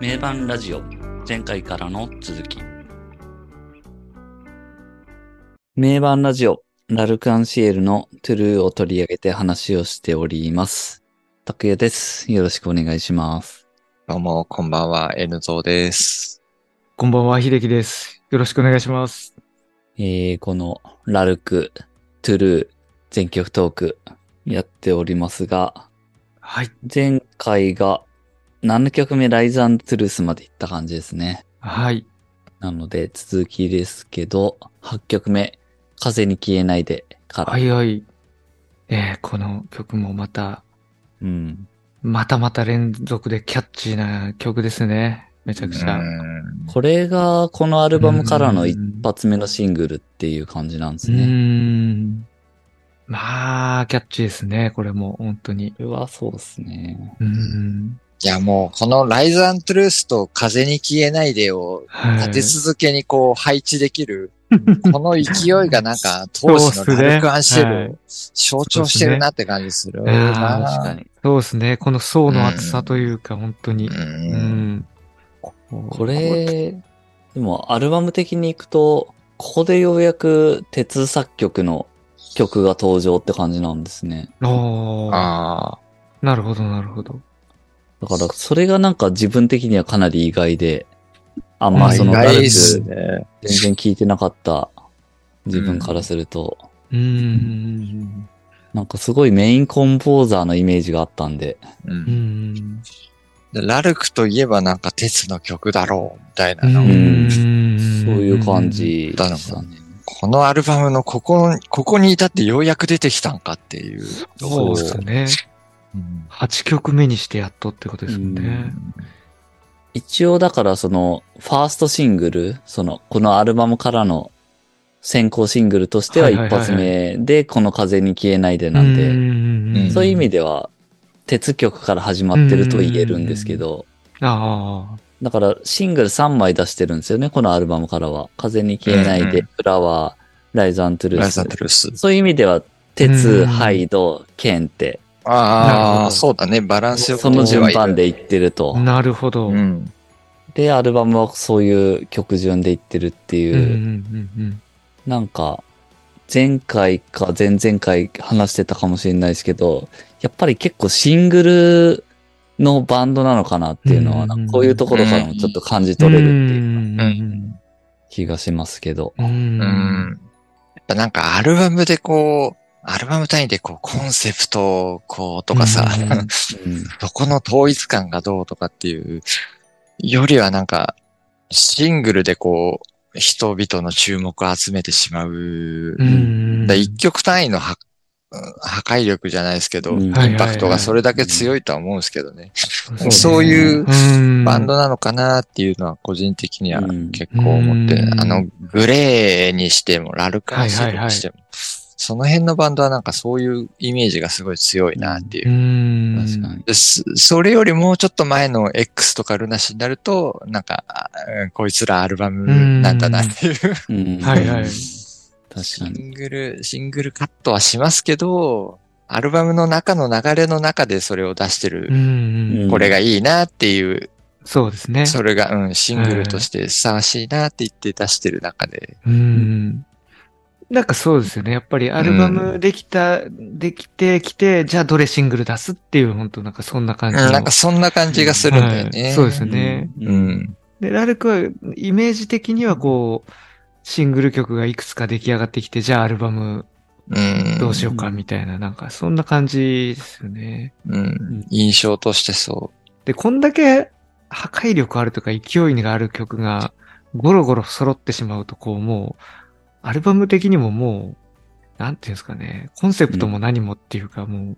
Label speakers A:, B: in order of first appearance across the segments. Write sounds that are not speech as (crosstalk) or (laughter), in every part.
A: 名盤ラジオ前回からの続き名盤ラジオラルクアンシエルのトゥルーを取り上げて話をしております拓也ですよろしくお願いします
B: どうも、こんばんは、N ゾウです。
C: こんばんは、秀樹です。よろしくお願いします。
A: えー、このラルクトゥルー全曲トークやっておりますが
C: はい。
A: 前回が7曲目ライズトゥルースまでいった感じですね
C: はい。
A: なので、続きですけど、8曲目、風に消えないでから。
C: はいはい。えーこの曲もまた、
A: うん。
C: またまた連続でキャッチーな曲ですね。めちゃくち
B: う
C: ゃ。
B: ん
A: これが、このアルバムからの一
C: うん
A: 発目のシングルっていう感じなんで
C: う
A: す
C: ー
A: ね。
C: ん。まあ、キャッチーですね。これも、本当に。
A: これはそうですね。
C: うん。
B: いや、もう、このライズトゥルースと風に消えないでを
C: はい
B: 立て続けにこう配置できる、この勢いがなんか当時の
C: そうっすね
B: ラルクアンシェ
C: は
B: ル
C: い
B: を象徴してるなって感じする
C: いやー
B: な。
A: 確かに。
C: そうですね。この層の厚さというか、本当に。う
B: うん
C: ん。
A: これ、でも、アルバム的に行くと、ここでようやく鉄作曲の曲が登場って感じなんですね。
C: おー
B: あ
C: なるほど、なるほど。
A: だから、それがなんか自分的にはかなり意外で、あん
B: あ、ま
A: ま
B: あ、
A: そ
B: 意
A: のラル
B: 外っ
A: ク
B: すね。
A: 全然聞いてなかった自分からすると、
C: うーん。
A: なんかすごいメインコンポーザーのイメージがあったんで、
B: う
C: うんん。
B: ラルクといえばなんか鉄の曲だろう、みたいなの
A: う
B: を
A: ん
C: ん
A: そういう感。じでしたね。
B: このアルバムのここ、ここに至ってようやく出てきたんかっていう。
C: そうですね。
B: うん
C: 8曲目にしてやっとってことですよね。
A: 一応だからその、ファーストシングル、その、このアルバムからの先行シングルとしては
C: はい
A: 一
C: はいはいはい
A: 発目で、この風に消えないでなんで、
C: で
A: そういう意味
C: で。
A: では、鉄曲から始まってると言えるんですけど、
C: あ
A: だからシングル3枚出してるんですよね、このアルバムからは。風に消えない
B: うんう
A: で、
B: ん
A: フラワー、ライズアントゥル
B: ラ
A: ー
B: イ
A: ス
B: ザートゥルース。
A: そういう意味では、
C: う
A: 鉄、
C: ん
A: ハイド、剣って、
C: なる
B: あ
C: ほ
B: あ、
C: ど
B: そうだね。バランスよく
A: その順番でいってると
C: あ。。なるほど。
B: う
C: うん
B: ん。
A: で、アルバムはそういう曲順でいってるって
C: うんう
A: いう、
C: ん
A: なんか、前回か前々回話してたかもしれないですけど、やっぱり結構シングルのバンドなのかなっていうのは、
C: うんうんうん
A: こういうところからもちょっと感じ取れるっていう
C: うんうん
A: 気がしますけど。
C: うん。うん
B: う
C: うん
B: ん。やっぱなんかアルバムでこう、アルバム単位でこう、コンセプト、こう、とかさ、 (laughs)
C: うん
A: うん
B: そこの統一感がどうとかっていう、よりはなんか、シングルでこう、人々の注目を集めてしまう
C: う。
A: (laughs)
C: ん。
B: だ一曲単位のは破壊力じゃないですけど、
A: うん
B: イン
C: はいはいはい
B: パクトがそれだけ強いとは思うんですけどね。
A: ん
B: そういう
C: うん
B: バンドなのかなっていうのは個人的には
A: うん
B: 結構思って、
C: うん
B: あの、グレーにしても、ラルカンシルにしても、その辺のバンドはなんかそういうイメージがすごい強いなっていうう。
C: ん。
A: 確かに。
B: でそそれよりもうちょっと前の X とかルナシになると、なんか、あうんこいつらアルバムなんだなっていう。
A: うん
C: はいはい
A: 確
B: シ
A: かに。
B: ングル、シングルカットはしますけど、アルバムの中の流れの中でそれを出して
C: うん
B: る、
C: うん。
B: これがいいなっていう、
C: そうですね。
B: それが、うん、シングルとしてふさわしいなって言って出してる中で、
C: うん。なんかそうですよね。やっぱりアルバムできた、できてきて、じゃあどれシングル出すっていう、本当なんかそんな感じの。
B: うんなんかそんな感じがするんだよ
C: は
B: ね。
C: いそうですね。
A: う。
B: うんん。
C: で、ラルクはイメージ的にはこう、シングル曲がいくつか出来上がってきて、じゃあアルバム
B: うん。
C: どうしよう
A: う
C: か
A: ん
C: みたいな、なんかそんな感じですよね。
B: うん。印象としてそ
C: で、こんだけ破壊力あるとか勢いがある曲がゴロゴロ揃ってしまうと、こうもう、アルバム的にももう、なんていうんですかね、コンセプトも何もっていうか、も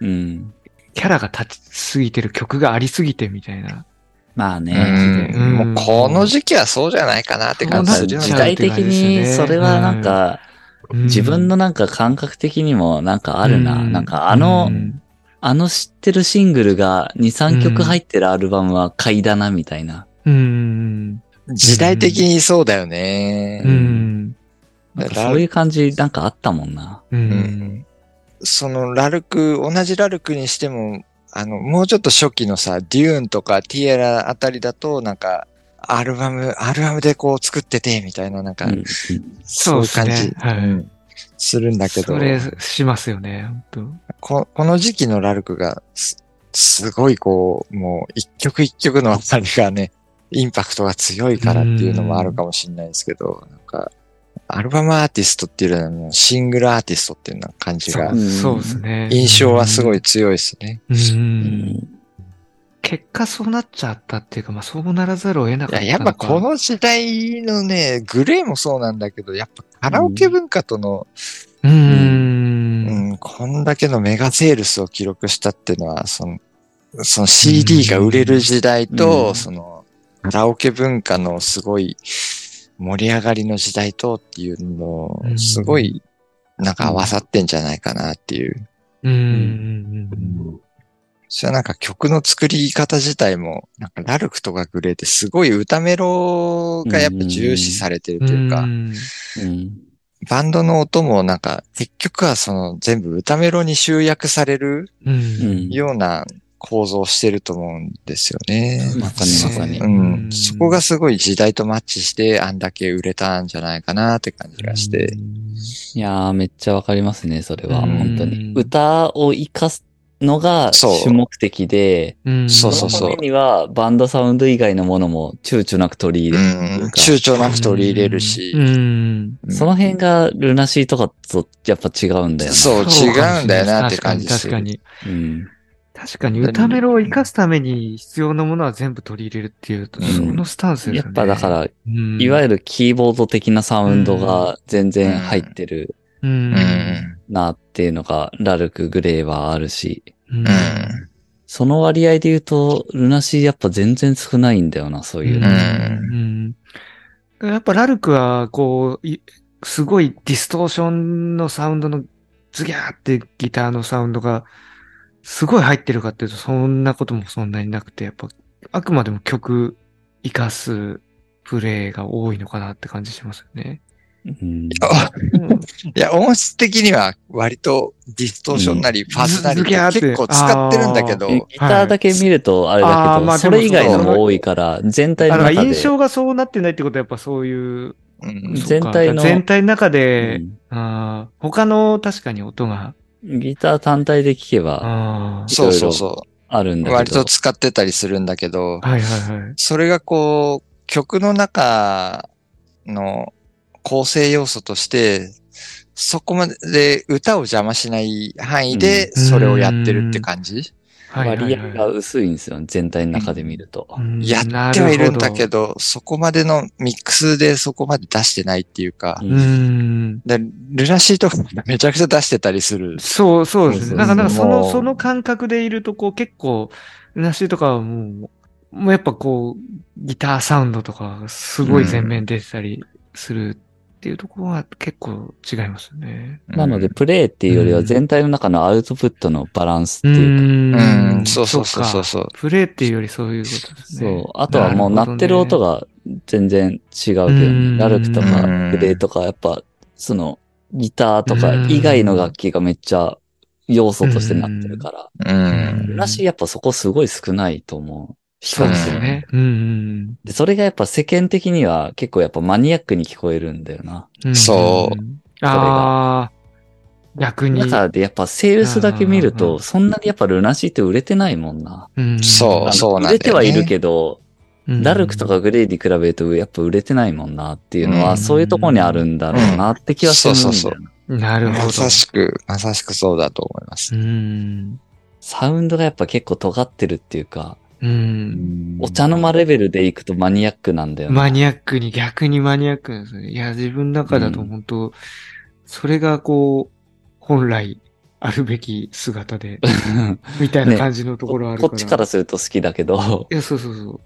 C: う、
A: うん。
C: キャラが立ちすぎてる曲がありすぎてみたいな。
A: まあ
B: う。
A: ね。
B: うん。
C: う
B: も
C: ん
B: うこの時期はそうじゃないかなって
A: な
B: 感
A: ん
B: じ
A: か
B: するよ
A: 時
B: ね。
A: 代的に、それはなんか、自分のなんか感覚的にもなんかあるな。
C: うん
A: なんかあの、
C: うん
A: あの知ってるシングルが2、3曲入ってるアルバムは買いだなみたいな。
C: うん。
B: 時代的にそうだよね。
C: うん。
A: なんかそういう感じなんかあったもんな。
C: う。
B: うんんそのラルク、同じラルクにしても、あの、もうちょっと初期のさ、デューンとかティエラあたりだと、なんか、アルバム、アルバムでこう作ってて、みたいな、なんか、
A: うんうん
B: そういう感
C: そう
B: じ
C: ですねはい
B: うんするんだけど
C: そ、れしますよね、本
B: ここの時期のラルクがす、すごいこう、もう一曲一曲のあたりがね、インパクトが強いからっていうのもあるかもしれないですけど、なんか、アルバムアーティストっていうよりはもうシングルアーティストっていうような感じ
C: 当。
B: が
C: そう、そうですね。
B: 印象はすご
C: い。
B: い強いですね。
C: うん。結果そうなっちゃったっていうか、まあそうならざるを得なか
B: い
C: ったの
B: や、
C: か。
B: やっぱこの時代のね、グレーもそうなんだけど、やっぱカラオケ文化との、
C: うーん。
B: うん、こんだけのメガセールスを記録したっていうのは、その、その CD が売れる時代と、
A: うん
B: その、カラオケ文化のすごい盛り上がりの時代とっていうのを
C: う、ん
B: すごい、なんか合わさってんじゃないかなっていう。
C: うーん。
B: それはなんか曲の作り方自体も、なんかラルクとかグレーってすごい歌メロがやっぱ重視されてるというか、
C: ん
A: うん
B: バンドの音もなんか結局はその全部歌メロに集約される
C: う。
A: うんん
B: ような構造をしてると思うんですよね。
A: まさにまさに
B: う。
C: うんん。
B: そこがすごい時代とマッチして、あんだけ売れたんじゃないかなって感じがして。
A: いやー、めっちゃわかりますね、それは。
C: うん
A: 本当に。歌を活かすのが
B: そう
A: 主目的で、
C: うん。
B: そうそうそう
A: のためにはバンドサウンド以外のものも躊躇なく取り
B: う
A: 入れるとい
B: ん
A: う。か
B: 躊躇なく取り入れるし
C: う。ん。
B: うん
A: その辺がルナシーとかとやっぱ違うんだよね。
B: そう、違うんだよなって
C: 確か
B: 感
C: に
B: じす
C: 確
B: る。
C: かに。
A: うん。
C: 確かに、歌メロを生かすために必要なものは全部取り入れるっていうと、
B: うん
C: そのスタンスですよね。
A: やっぱだから、
C: うん、
A: いわ
C: る、
A: ゆるキーボード的なサウンドが全然入ってる
C: うん。
A: なっていうのが、ラルク・グレーはあるし、
C: うん。
B: う
A: その割合で言うと、ルナシーやっぱ全然少ないんだよな、そういうう。
C: ん
A: うん
C: うんやっぱラルクは、こう、いすごいディストーションのサウンドのズギャーってギターのサウンドがすごい入ってるかっていうと、そんなこともそんなになくて、やっぱあくまでも曲生かすプレイが多いのかなって感じしますよね。
A: うん (laughs)
C: うん
B: ん。いや、音質的には割とディストーションなりパーソナリティ結構使ってるんだけど、
A: ギターだけ見るとあれだけ
C: あー
A: ど、
C: まあで
A: そ
C: も
A: れ以外のも多いから、全体
C: あ
A: の
C: の
A: 中で。
C: 印象がそうなってないってことはやっぱそういう、
B: うん
A: 全体の
C: そうか全体の中
A: う
C: で、
A: ん
C: あー他の確かに音が、
A: ギター単体で聴けば
C: あー
B: そうそうそ
A: あるん
B: う。
A: だ
B: 割
A: けど
B: と。使ってたりするんだけど、
C: はいはいはい。
B: それがこう、曲の中の構成要素として、そこまで歌を邪魔しない範囲で、
C: うん
B: それをやってるって感じ、
C: はいはい
A: 割
C: は
A: 合
C: い
A: が薄いんですよ、全体の中で見ると。
C: うん
B: やってはいるんだけ
C: なる
B: ど、そこまでのミックスでそこまで出してないっていうか
A: う、
C: ほど。うん。
B: でルナシーとかめちゃくちゃ出してたりする。
C: そう、そうで
A: そ
C: す
A: うそう
C: ね。なんか、なんかそ
B: も
C: の、
B: う
C: その感覚でいると、こう結構、なしとかはもう、もうやっぱこう、ギターサウンドとか、すごい全面に出てたりするっていうところは結構違いますよね。
A: なので、プレイっていうよりは全体の中のアウトプットのバランスっていうか、
B: うんん、うん、そうそうそうそうそう。
C: プレイっていうよりそういうことですね。
A: そう。あとはもう鳴ってる音
C: が。
A: が全然違うけど
C: うん
A: ね。ラルクとか
B: うん
A: グレーとか、やっぱ、その、ギターとか以外の楽器がめっちゃ要素としてなってるから。
B: うん。
A: らしい、やっぱそこすごい少ないと思う。
C: そうですよね。うんうん
A: で、それがやっぱ世間的には結構やっぱマニアックに聞こえるんだよな。
C: うん。。
B: そう
C: ああ、逆に。
A: 中でやっぱセールスだけ見る
C: うんうんう
A: と、
C: ん
A: そんなにやっぱルナシーって売れてないもんな。
C: うん
B: そう
A: あの
B: そうなんだよね
A: 売れてはいるけど、
C: うん
A: ラルクとかグレーに比べるとやっぱ売れてないもんなっていうの
B: うん
A: は、そういうところにあるんだろうなって気はするんだよ
B: うん
A: な
B: そうそう
C: なるほ
B: ま
C: ど。
B: さしく、まさしくそうだと思います
C: う。ん。
A: サウンドがやっぱ結構尖ってるっていうか、
C: うん。
A: お茶の間レベルでいくとマニアックなんだよな。
C: マニアックに、逆にマニアックですね。いや、自分の中だと
A: うん
C: 本当、それがこう、本来あるべき姿 (laughs) で、
A: (laughs)
C: みたいな感じのところあるから。
A: こっちからすると好きだけど、
C: いや、そうそうそう。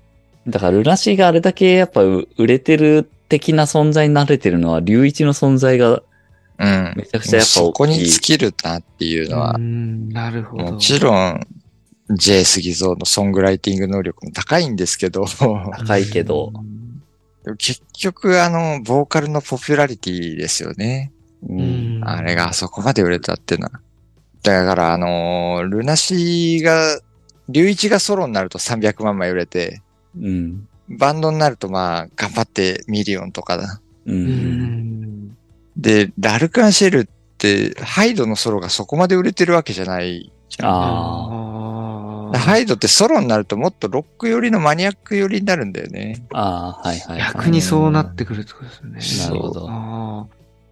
A: だからルナシーがあれだけやっぱ売れてる的な存在に慣れてるのは、龍一の存在が
B: うん。
A: めちゃくちゃやっぱ
B: そこ
A: 大
B: に
A: きい
B: 尽。きるなっていうのは
C: う、ん、なるほど。
B: もちろん、J 杉蔵のソングライティング能力も高いんですけ
C: (laughs)
B: ど、
A: 高いけど
B: 結局、あの、ボーカルのポピュラリティですよね。
A: う
C: うん、
A: ん。
B: あれがあそこまで売れたっていうのは。だから、あの、ルナシーが龍一がソロになると300万枚売れて、
A: うん。
B: バンドになるとまあ、頑張ってミリオンとかだ。
A: う。
C: うんん。
B: で、ラルク・アンシェルって、ハイドのソロがそこまで売れてるわけじゃない。
A: あー
C: ああ。
B: ハイドってソロになるともっとロック寄りのマニアック寄りになるんだよね。
A: あー、はいはい、はい。
C: 逆にそうなってくるってことですね。
A: なるほど
C: あ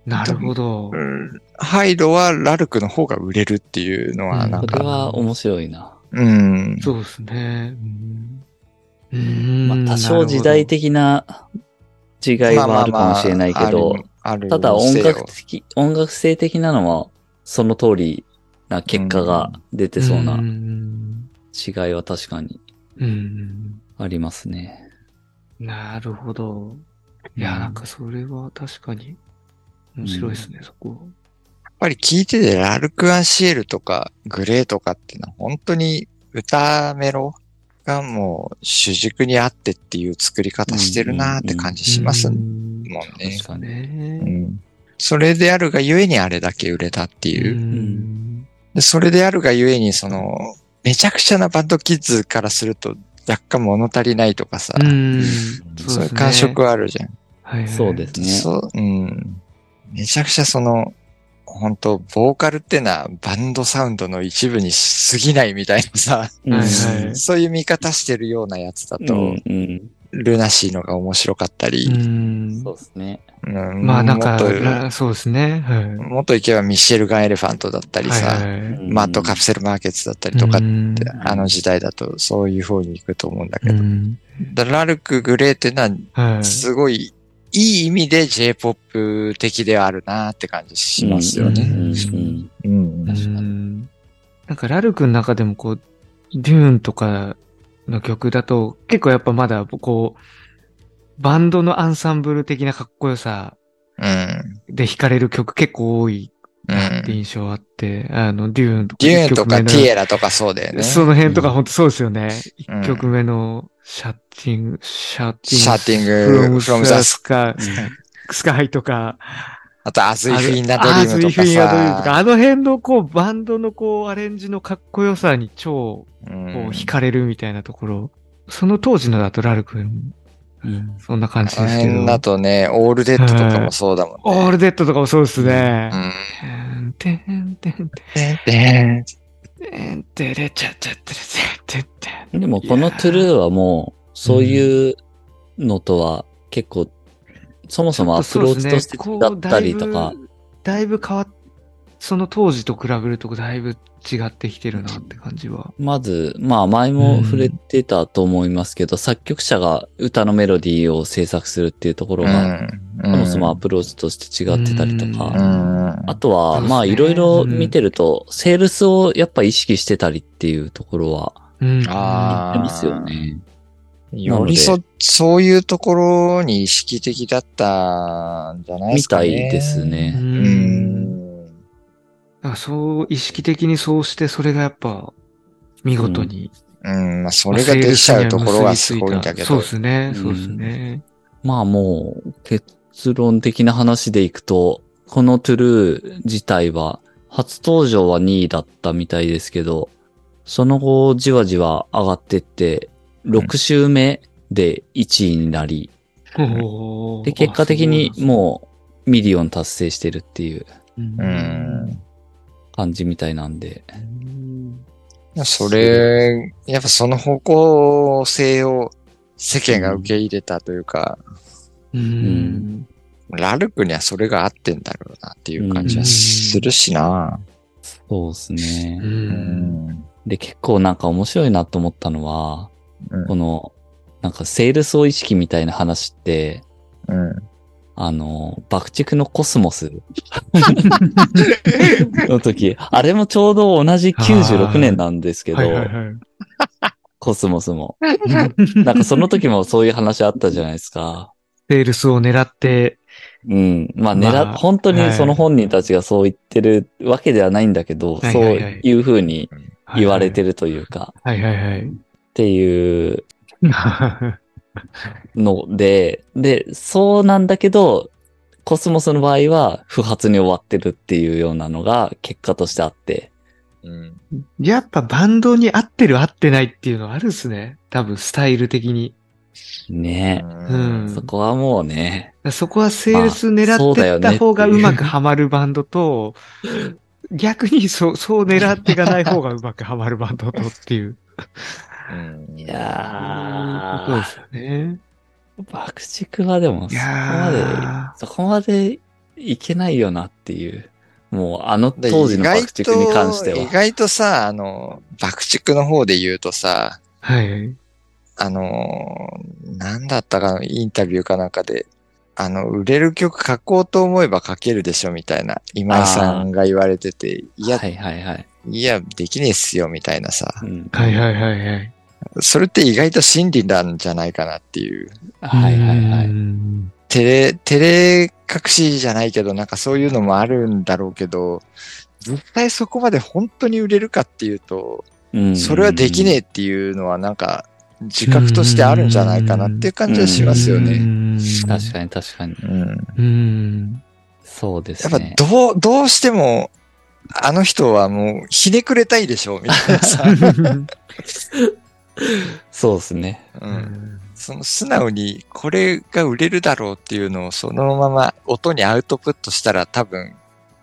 C: ーなるほど。
B: うんハイドはラルクの方が売れるっていうのは、なん
A: それ
B: か、
A: は面白いな。
B: うん。
C: そうですね。うんうん。
A: まあ、多少時代的な違いはあるかもしれないけど、
B: ある、
A: ただ音楽
B: て
A: 的、音楽性的なのはその通りな結果が出てそう
C: う
A: なん違いは確かに
C: うん。
A: ありますね。
C: なるほど。いや、なんかそれは確かに面白いですね、そこ。
B: やっぱり聞いてて、ラルク・アンシエルとか、グレーとかっていうのは、本当に歌メロがもう主軸にあってっていう作り方してるなーって感じしますもん
C: んね。
B: ね。
A: 確かに。
B: うんそれであるがゆえにあれだけ売れたっていうう。
C: ん
B: でそれであるがゆえに、その、めちゃくちゃなバンドキッズからすると、若干物足りないとかさ、
C: うん。
B: そういう感触
C: は、
B: はあるじゃん。
C: はいはい
A: そうですね。
B: そう、うん。めちゃくちゃその、本当ボーカルってのはバンドサウンドの一部に過ぎないみたいなさ、
A: うん
C: はいはい
B: そういう見方してるようなやつだと、
A: うんうん
B: ルナシーのが面白かった
C: う
B: り、
C: ん
A: そう。ですね。
B: うん
C: まあなんか、
B: もっ
C: らそうですね。はい
B: と、もっといけばミシェルガン・エレファントだったりさ、
C: はいはいはい
B: マッドカプセルマーケッツだったりとかって、
C: うん
B: あの時代だとそういう風に行くと思うんだけ
C: う
B: ど、
C: ん
B: だラルク・グレーってのは
C: はい
B: すごい、いい意味で J-POP 的ではあるなって感じしますよ
A: う
B: ね。
A: んうん
B: うん。
C: うんなんか、ラルクの中でもこう、デューンとかの曲だと、結構やっぱまだ、こう、バンドのアンサンブル的なかっこよさ
B: うん。
C: で惹かれる曲結構多いなって印象あって、あの、デューンとか。
B: デューンとか
C: 一曲目の
B: ティエラとかそうだよね。
C: その辺とか本当そうですよね。一
B: うん
C: 曲目のシャッティング、シャッティング。
B: シャーティング、
C: from,
B: from the
C: the
B: sky。
C: sky, sky とか。
B: あと、アズイフィンナド
C: あ
B: リ
C: あ
B: ーム
C: ズイ
B: と
C: フ
B: か
C: ィンアドリームとか、
B: さ。
C: あの辺のこう、バンドのこう、アレンジのかっこよさに超、
B: う、
C: こうん惹かれるみたいなところ。その当時のだとラルクも
A: うん
C: そんな感じ
B: あの
C: ですけ
B: 辺だ
C: ど。
B: とね、オールデッドとかもそうだもんね。
C: オールデッドとかもそうですね
B: う。ん。
C: てんてんてん
B: でで
C: てんてれちゃちゃってれちゃってってん。
A: でもこのトゥルーはもう、そういうのとは結構、そもそもアプローチとしてだったりとか
C: そうですねこうだい、ぶだいぶ変わっ、その当時と比べるとだいぶ違ってきてるなって感じは。
A: まず、まあ前も触れてたと思いますけど、作曲者が歌のメロディーを制作するっていうところ
B: う
A: が、
B: ん。
A: そもそもアプローチとして違ってたりと
B: う
A: か、
B: ん。
A: あとは、
C: そうですね
A: まあいろいろ見てると、セールスをやっぱ意識してたりっていうところは
C: うん。
B: あ
A: 言ってますよね。
B: よりそ、そういうところに意識的だったんじゃないで
A: み
B: すか
A: た
B: ね。
A: いです。
C: う。
A: ね。
B: うんん。
C: だからそう、意識的にそうして、それがやっぱ、見事に。
B: うん、まあ、それができちゃうところがすごいんだけ
C: そう
B: ど
C: で。すね、
A: うん
C: そうですね。
A: まあもう、結論的な話でいくと、このトゥルー自体は、初登場は2位だったみたいですけど、その後、じわじわ上がってって、6週目で1位になり、
C: ほう
A: で、結果的にもう、ミリオン達成してるっていう
C: うん
B: う
C: うん
B: ん。
A: 感じみたいなんで、
B: それ、やっぱその方向性を世間が受け入れたというか、
C: うん。
B: ラルクにはそれが合ってんだろうなっていう感じはするしな。
A: そうですね。
C: う。
B: うんん。
A: で、結構なんか面白いなと思ったのは、
B: うん
A: この、なんかセールスを意識みたいな話って、
B: うん。
A: あの、爆竹のコスモスの時、あれもちょうど同じ96年なんですけど、
C: はいはいはい。
A: コスモスも。なんかその時もそういう話あったじゃないです
C: (laughs)
A: か。
C: (laughs) セールスを狙って、
A: うん。まあ狙っ、
C: まあ
A: 本当
C: は
A: に
C: い
A: その本人たちがそう言ってるわけではないんだけど、
C: はいはいはい
A: そういうふうに
C: はいはい
A: 言われてるというか、
C: はいはいはい。 (laughs)
A: っていうので、で、そうなんだけど、コスモスの場合は不発に終わってるっていうようなのが結果としてあって、
B: うん。
C: やっぱバンドに合ってる合ってないっていうのはあるっすね。多分スタイル的に。
A: ね
C: うん
A: そこはもうね、
C: そこはセールス狙
A: まあそうだ
C: って
A: よ
C: っ
A: ねってい
C: た
A: う
C: 方がうまくハマるバンドと、逆にそう、そう狙っていかない方がうまくハマるバンドとっていう。
B: うん
A: い
C: こ
A: や
C: とで
A: ー、
C: すよね。
A: 爆竹はでも
C: い
A: そこまで
C: や
A: そこまでいけないよなっていう。もうあの
B: で
A: 当時の爆竹に関して
B: 意外と意
A: は。
B: 外とさ、あの、爆竹の方で言うとさ、
C: ー。はい。
B: あのー、なんだったかのインタビューかなんかで、あの、売れる曲書こうと思えば書けるでしょみたいな、今井さんが言われてて、いや、
A: はいはいはい。
B: いや、できねえっすよみたいなさ、
A: うん
C: はいはいはいはい。
B: それって意外と真理なんじゃないかなっていう。
A: はいはいは
C: う
A: い。
C: ーん
B: 照れ、照れ隠しじゃないけど、なんかそういうのもあるんだろうけど、絶対そこまで本当に売れるかっていうと、
A: うん
B: それはできねえっていうのはなんか自覚としてあるんじゃないかなっていう感じはしますよ
C: う
B: ね。
C: ーん
A: 確かに確かに。
B: うん。
C: うーん。
A: そうで
B: や
A: す
B: っぱ
A: ね。
B: どう、どうしても、あの人はもうひねくれたいでしょ、みたいな
C: (laughs)
B: さ。
A: そうですね。
B: うん。その素直にこれが売れるだろうっていうのをそのまま音にアウトプットしたら多分、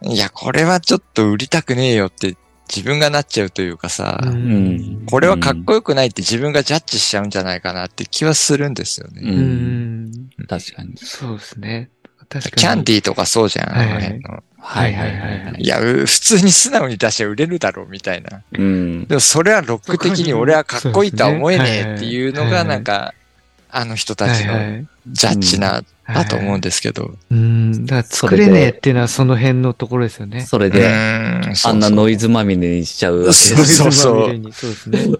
B: いや、これはちょっと売りたくねえよって自分がなっちゃうというかさ、
C: う
A: うんん。
B: これはかっこよくないって自分がジャッジしちゃうんじゃないかなって気はするんですよね。
A: う
C: うんん。
A: 確かに。
C: そうですね。確かに。
B: キャンディーとかそうじゃん、
C: はい
B: あの辺の。
A: はい
C: は
A: はいい
C: は
A: はいい
C: は
A: はいい。
B: や、う普通に素直に出しゃ売れるだろうみたいな。
A: うん。
B: でもそれはロック的に俺はかっこいいとは思えねえっていうのがなんか、あの人たちのジャッジな、だと思うん
C: で。
B: ですけど。
C: うん。だから作れねえっていうのはその辺のところですよね。
A: それ
B: う
A: で、
B: ーんそう
A: あ
B: そうん
A: なノイズまみれにしちゃうわけです
B: そうそうそう
C: そうですね。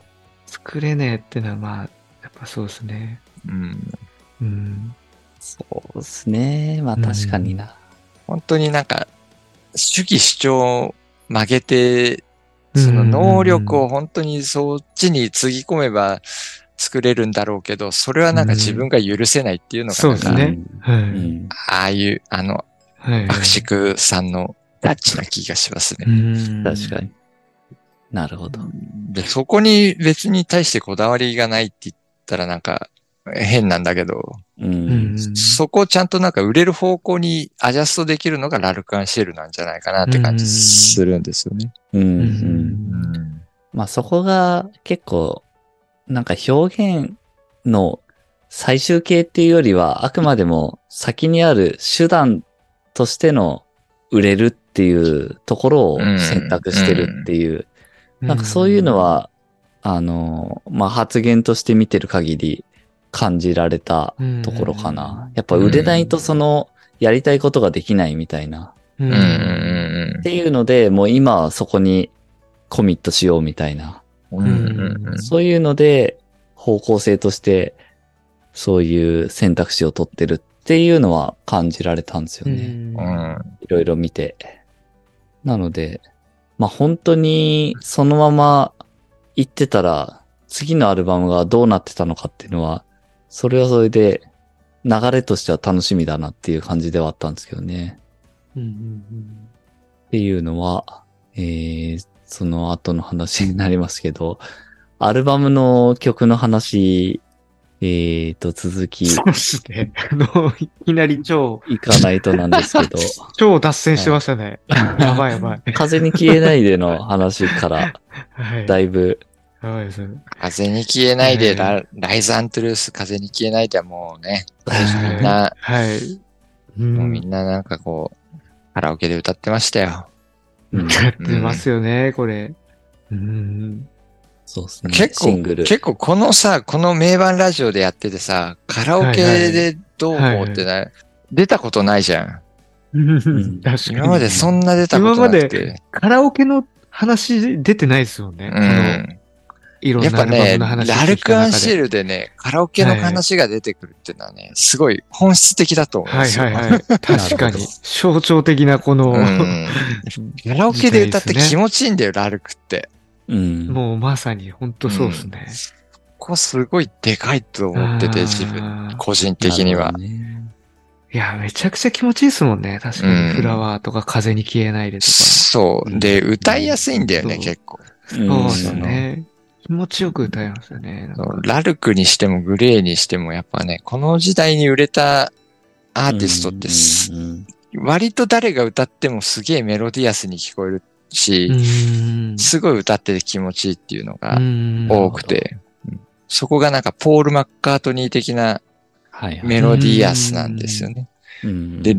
C: 作れねえってのはまあ、やっぱそうですね。
B: うん
C: うん。
A: そうですね。まあ確かにな。
B: 本当になんか、主義主張を曲げて、その能力を本当にそっちにつぎ込めば作れるんだろうけど、それはなんか自分が許せないっていうのが
C: そう
B: な
C: で
B: ん
C: す
B: か、
C: ね。は
A: う
C: い。
A: ん。
B: ああいう、あの、
C: はい。
B: 爆竹さんのダッチな気がしますね。
A: 確かに。なるほど。
B: で、そこに別に対してこだわりがないって言ったらなんか変なんだけど、
A: う
C: に
A: ん。
B: そこをちゃんとなんか売れる方向にアジャストできるのがラルクアンシェルなんじゃないかなって感じするんですよね。
A: うん。う
C: うんん。
A: まあそこが結構、なんか表現の最終形っていうよりは、あくまでも先にある手段としての売れるっていうところを選択してるっていう、なんかそういうのは、あの、まあ発言として見てる限り感じられたところかな。やっぱ売れないとその、やりたいことができないみたいな。
C: うん、
B: うん。
A: っ
B: う
A: ていうので、もう今はそこにコミットしようみたいな。
B: ん。うん。うん。うん
A: そういうので、方向性として、そういう選択肢を取ってるっていうのは感じられたんですよね。いろいろ見て。なので、まあ本当にそのまま行ってたら、次のアルバムがどうなってたのかっていうのは、それはそれで流れとしては楽しみだなっていう感じではあったんですけどね。
C: うん
A: っていうのは、えー、その後の話になりますけど、アルバムの曲の話、えーと、続き、
C: そうですね。あの、いきなり超、
A: いかないとなんですけ
B: (laughs)
A: ど、
C: 超脱線してましたね。やばいやばい。
A: 風に消えないでの話から、
C: はい。
A: だいぶ、
C: やばいですね。
B: 風に消えないで、ラライズ・アントゥルース、風に消えないではもうね、みんな、
C: はい。う
B: もうみ
C: ん。
B: んななんかこう、カラオケで歌ってましたよ。
A: うん
C: やってますよね、これ。うん。
A: そうですね、
B: 結
A: シン
B: 構、
A: グル。
B: 結構このさ、この名盤ラジオでやっててさ、カラオケでどう思うってな、出たことないじゃん。
C: 確かに。
B: 今までそんな出たことなくて。
C: カラオケの話出てないですもんね。こ
B: う
C: の
B: ん。
C: いろん
B: やっ
C: な
B: ぱ
C: アルバム
B: ね、
C: の話を
B: ラ
C: 聞
B: ル
C: いた中で。
B: クアンシェルでね、カラオケの話が出てくるっていうのはね、すごい本質的だと思うんで
C: はい
B: すよ。
C: はいはい。確かに。象徴的なこの、
B: うんカラオケで歌って気持ちいいんだよ、ラルクって。
A: うん。
C: もうまさに本当そうですね。
B: ここすごいでかいと思ってて、自分、
C: あー
B: 個人的には
A: なるほ。どね
C: いや、めちゃくちゃ気持ちいいですもんね。確か
B: うん
C: に。フラワーとか風に消えないでとか。
B: そう。で、歌いやすいんだよね、
C: そう
B: 結構。
C: そう
A: うん
C: ですよね。気持ちよく歌えますよね。
B: そうラルクにしてもグレーにしても、やっぱね、この時代に売れたアーティストってす、
A: うんうん
B: 割と誰が歌ってもすげえメロディアスに聞こえる
C: う
B: し、
C: ん。
B: すごい歌ってて気持ちいいっていうのが
C: うん
B: 多くて、うんそこがなんかポール・マッカートニー的な
A: はいはい。
B: メロディアスなんですよね。
A: うん
B: で、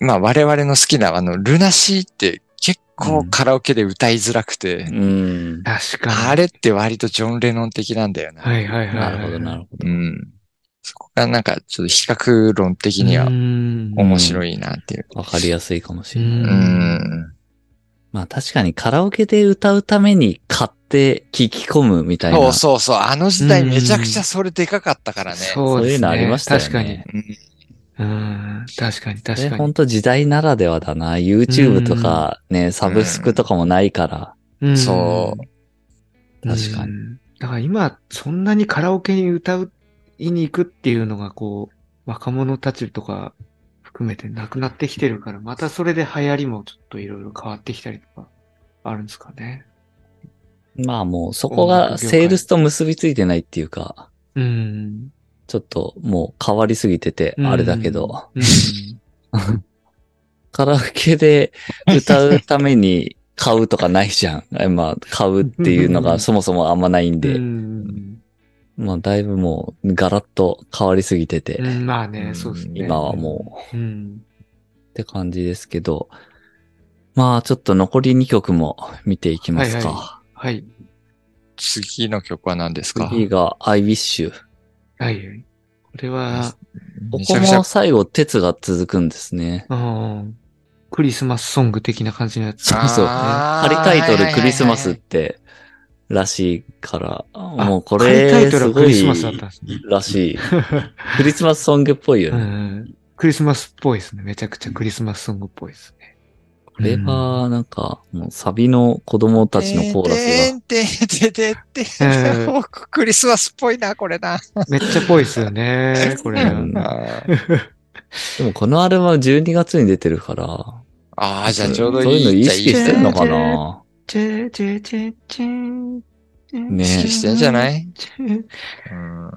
B: まあ我々の好きなあの、ルナシーって結構カラオケで歌いづらくて、
A: うん。
C: 確かに。
B: あれって割とジョン・レノン的なんだよな。
C: はいはいはい。
A: なるほど、なるほど。
B: うん。そこがなんかちょっと比較論的には
C: 面
B: 面白いなっていう。
A: わかりやすいかもしれ
B: う
A: ない。
C: うん
B: ん。
A: まあ確かにカラオケで歌うために買って聞き込むみたいな。
B: そうそうそう。あの時代めちゃくちゃそれでかかったからね。
C: そう
A: そう
C: で
A: いう
C: す
A: のあり
C: ね
A: ま。したよね。
C: 確かに。
B: うん
C: うん。確かに、
A: こ
C: 確
A: れ
C: か
A: 本当時代ならではだな。YouTube とかね、サブスクとかもないから。
C: に。
B: そ
C: うん。
A: 確かに
C: うん。だから今、そんなにカラオケに歌う、いに行くっていうのが、こう、若者たちとか含めてなくなってきてるから、またそれで流行りもちょっといろいろ変わってきたりとか、あるんですかね。
A: まあもうそこがセールスと結びついてないっていうか、
C: うん。
A: ちょっともう変わりすぎてて、あれだけど、 (laughs)
C: うん。
A: カラオケで歌うために買うとかないじゃん。まあ買うっていうのがそもそもあんまないん
C: う
A: で、
C: ん
A: まあだいぶもうガラッと変わりすぎてて、
C: うんまあね、そうですね。
A: 今はもう
C: うん。
A: って感じですけど、まあちょっと残り2曲も見ていきますか。
C: はい。
B: 次の曲は何ですか
A: 次が I Wish。
C: はい。これは、
A: こ
B: めち
A: こ
B: ゃくちゃ
A: も最後、鉄が続くんですね。
C: うんクリスマスソング的な感じのやつ。
A: そうそう
B: あー
A: 仮タイトルクリスマ
B: は
A: ス
B: い
A: っ
B: はい
A: て、らしいから、もうこ
C: 仮
A: れ、
C: タイトル
A: す
C: は
A: ご
C: ク
A: い
C: リスマスだったんですね。
A: らしい。 (laughs) クリスマスソングっぽいよ
C: う
A: ね。
C: んクリスマスっぽいですね。めちゃくちゃクリスマスソングっぽいですね。
A: これは、なんか、もうサビの子供たちのコーラスが、
B: てんてんてんてんてんてんもうクリスマスっぽいな、これな。
C: めっちゃぽいですよね、
A: (laughs)
C: これ。
A: うん
B: あ
A: でもこのアルバム12月に出てるから、
B: あー、じゃあちょうどいい。
A: そういうの意識してんのか
C: じゃあいいです
A: な
C: チェチェチェチェ
A: ね
B: 意識してんじゃない
C: チェ
B: うん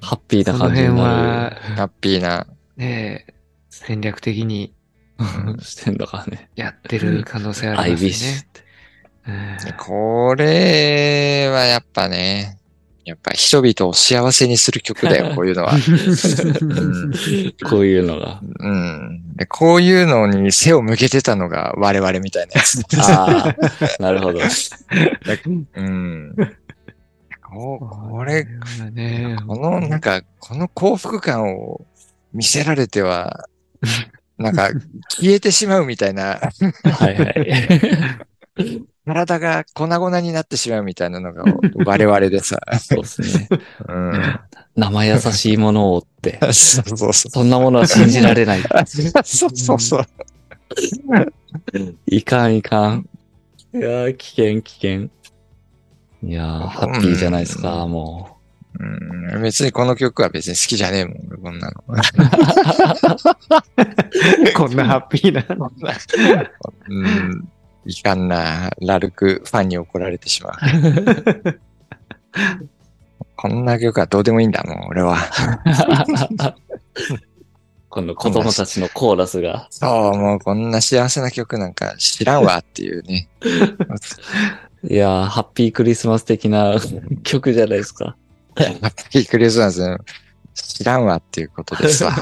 A: ハッピーな
C: この
A: 感じ
C: 辺
A: にな
C: は
A: る。、
B: ハッピーな。
C: ねえ、戦略的に
A: (laughs) してんだからね。
C: やってる可能性あ
A: I
C: り
A: wish
C: ますね。
A: って。
C: うん
B: これはやっぱね、やっぱ人々を幸せにする曲だ (laughs) よ、こういうの
A: (laughs)
B: は。
C: (laughs)
B: ん
A: こういうのが。
B: うん。で、こういうのに背を向けてたのが我々みたいなやつ。
A: (laughs) ああ、なるほど。
B: うん。こうこれ、
C: はね、
B: この、なんか、この幸福感を見せられては、なんか、消えてしまうみたいな、
A: はいはい。
B: 体が粉々になってしまうみたいなのが、我々でさ。
A: そうですね。
B: うん。
A: 生優しいものをって。
B: (laughs) そうそう (laughs) そ
A: そんなものは信じられない。
B: う。そうそうそう。
A: いかんいかん。いやー、危険危険。いやー、ハッピーじゃないですか、も
B: うん、別にこの曲は別に好きじゃねえもん、俺こんな
C: (laughs)
B: の。
C: こんなハッピーな。
B: うん、いかんな、ラルクファンに怒られてしまう。こんな曲はどうでもいいんだ、もう俺は。
A: (laughs) う。この子供たちのコーラスが。
B: そう、もうこんな幸せな曲なんか知らんわっていうね。
A: いやー、ハッピークリスマス的な曲じゃないですか。
B: ハッピークリスマス知らんわっていうことです
C: (laughs)
B: わ。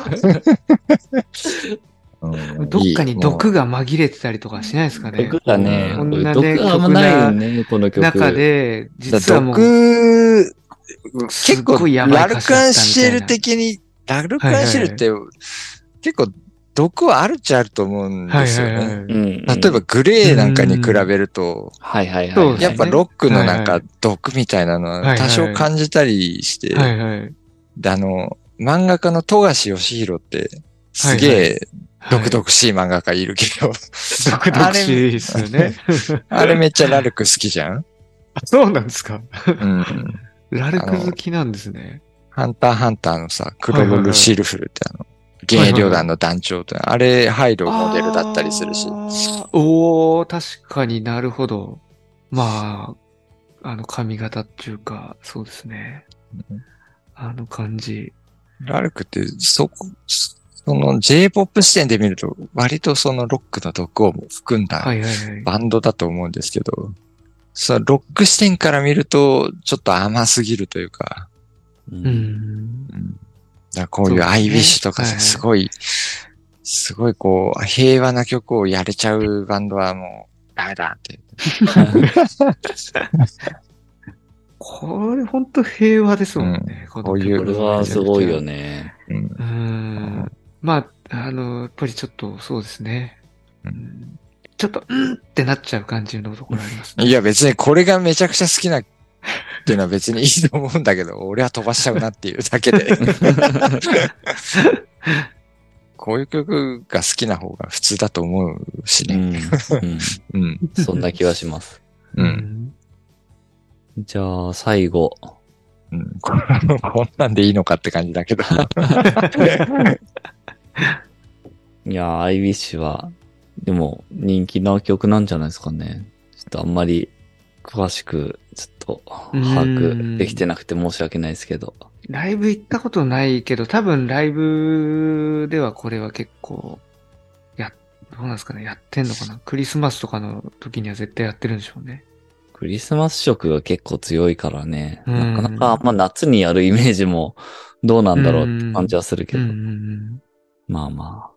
B: うん
C: どっか
B: い
C: に
B: い
C: 毒が紛れてたりとかしないですかね。
A: (laughs) 毒がね、
C: こん
A: これ
C: な
A: 毒
C: ね
A: があんまないよね、この曲。
C: 中で、実はもう、
B: 毒、
C: す
B: 結
C: っご
B: 構、
C: いやばい
B: ラル
C: 歌詞
B: ク
C: だ
B: ア
C: ったみたいな
B: ンシェル的に、ラルクアンシェルって、結構毒はあるっちゃあると思うん
C: は
B: で
C: い
B: すよ
C: はい
B: ね。
C: はい。
A: うん、
B: 例えばグレーなんかに比べると、
A: はいはいはい。
C: そうですね
B: やっぱロックのなん
C: は
B: か
C: い
B: 毒みたいなの
C: はいは
B: はい多少感じたりして、
C: はいはい。
B: であの、漫画家の富樫義弘って、すげ
C: はいは
B: え毒々しい漫画家いるけど、 (laughs)
C: 毒々しいですよね。
B: あれめっちゃラルク好きじゃん
C: あ (laughs) そうなんですか。
B: うん。
C: ラルク好きなんですね。
B: ハンターハンターのさ、クロロルシルフルってあの、現役旅団の団長と、あれ、ハイドモデルだったりするし
C: あ。ー。おー、確かになるほど。まあ、あの髪型っていうか、そうですね。
B: うん
C: あの感じ。
B: ラルクって、そこ、その J-POP 視点で見ると、割とそのロックの毒を含んだ
C: はいはいはい。
B: バンドだと思うんですけど、そのロック視点から見ると、ちょっと甘すぎるというか、
A: う。
C: うんん。
B: うんだからこういう
C: そうですね
B: I wish とか
C: はい
B: さすごい、すごいこう、平和な曲をやれちゃうバンドはもう、ダメだって。
C: これほんと平和ですもんね。この
B: こういう
A: これはすごいよ。ね。
B: うん
C: うーん。まあ、あの、やっぱりちょっとそうですね。
B: う
C: うんちょっと、うんってなっちゃう感じのところありますね。
B: いや別にこれがめちゃくちゃ好きなっていうのは別にいいと思うんだけど、俺は飛ばしちゃうなっていうだけで。 (laughs) こういう曲が好きな方が普通だと思うし
A: う
B: ね。
A: ん。
B: うん。
A: うんそんな気はします。
B: う。
C: うんん。
A: じゃあ、最後。
B: うん、ここんなんでいいのかって感じだけ
A: い
B: ど。
A: やー、アイウィッシュは、でも人気な曲なんじゃないですかね。ちょっとあんまり詳しく、ちょっと把握できてなくて申し訳ないですけど。
C: ライブ行ったことないけど、多分ライブではこれは結構、や、どうなんですかね、やってんのか (laughs) なクリスマスとかの時には絶対やってるんでしょうね。
A: クリスマス色が結構強いからね。
C: うん
A: なかなか、まあ夏にやるイメージもどうなんだろうって感じはするけ
C: う
A: ど。
C: んうん
A: まあまあ、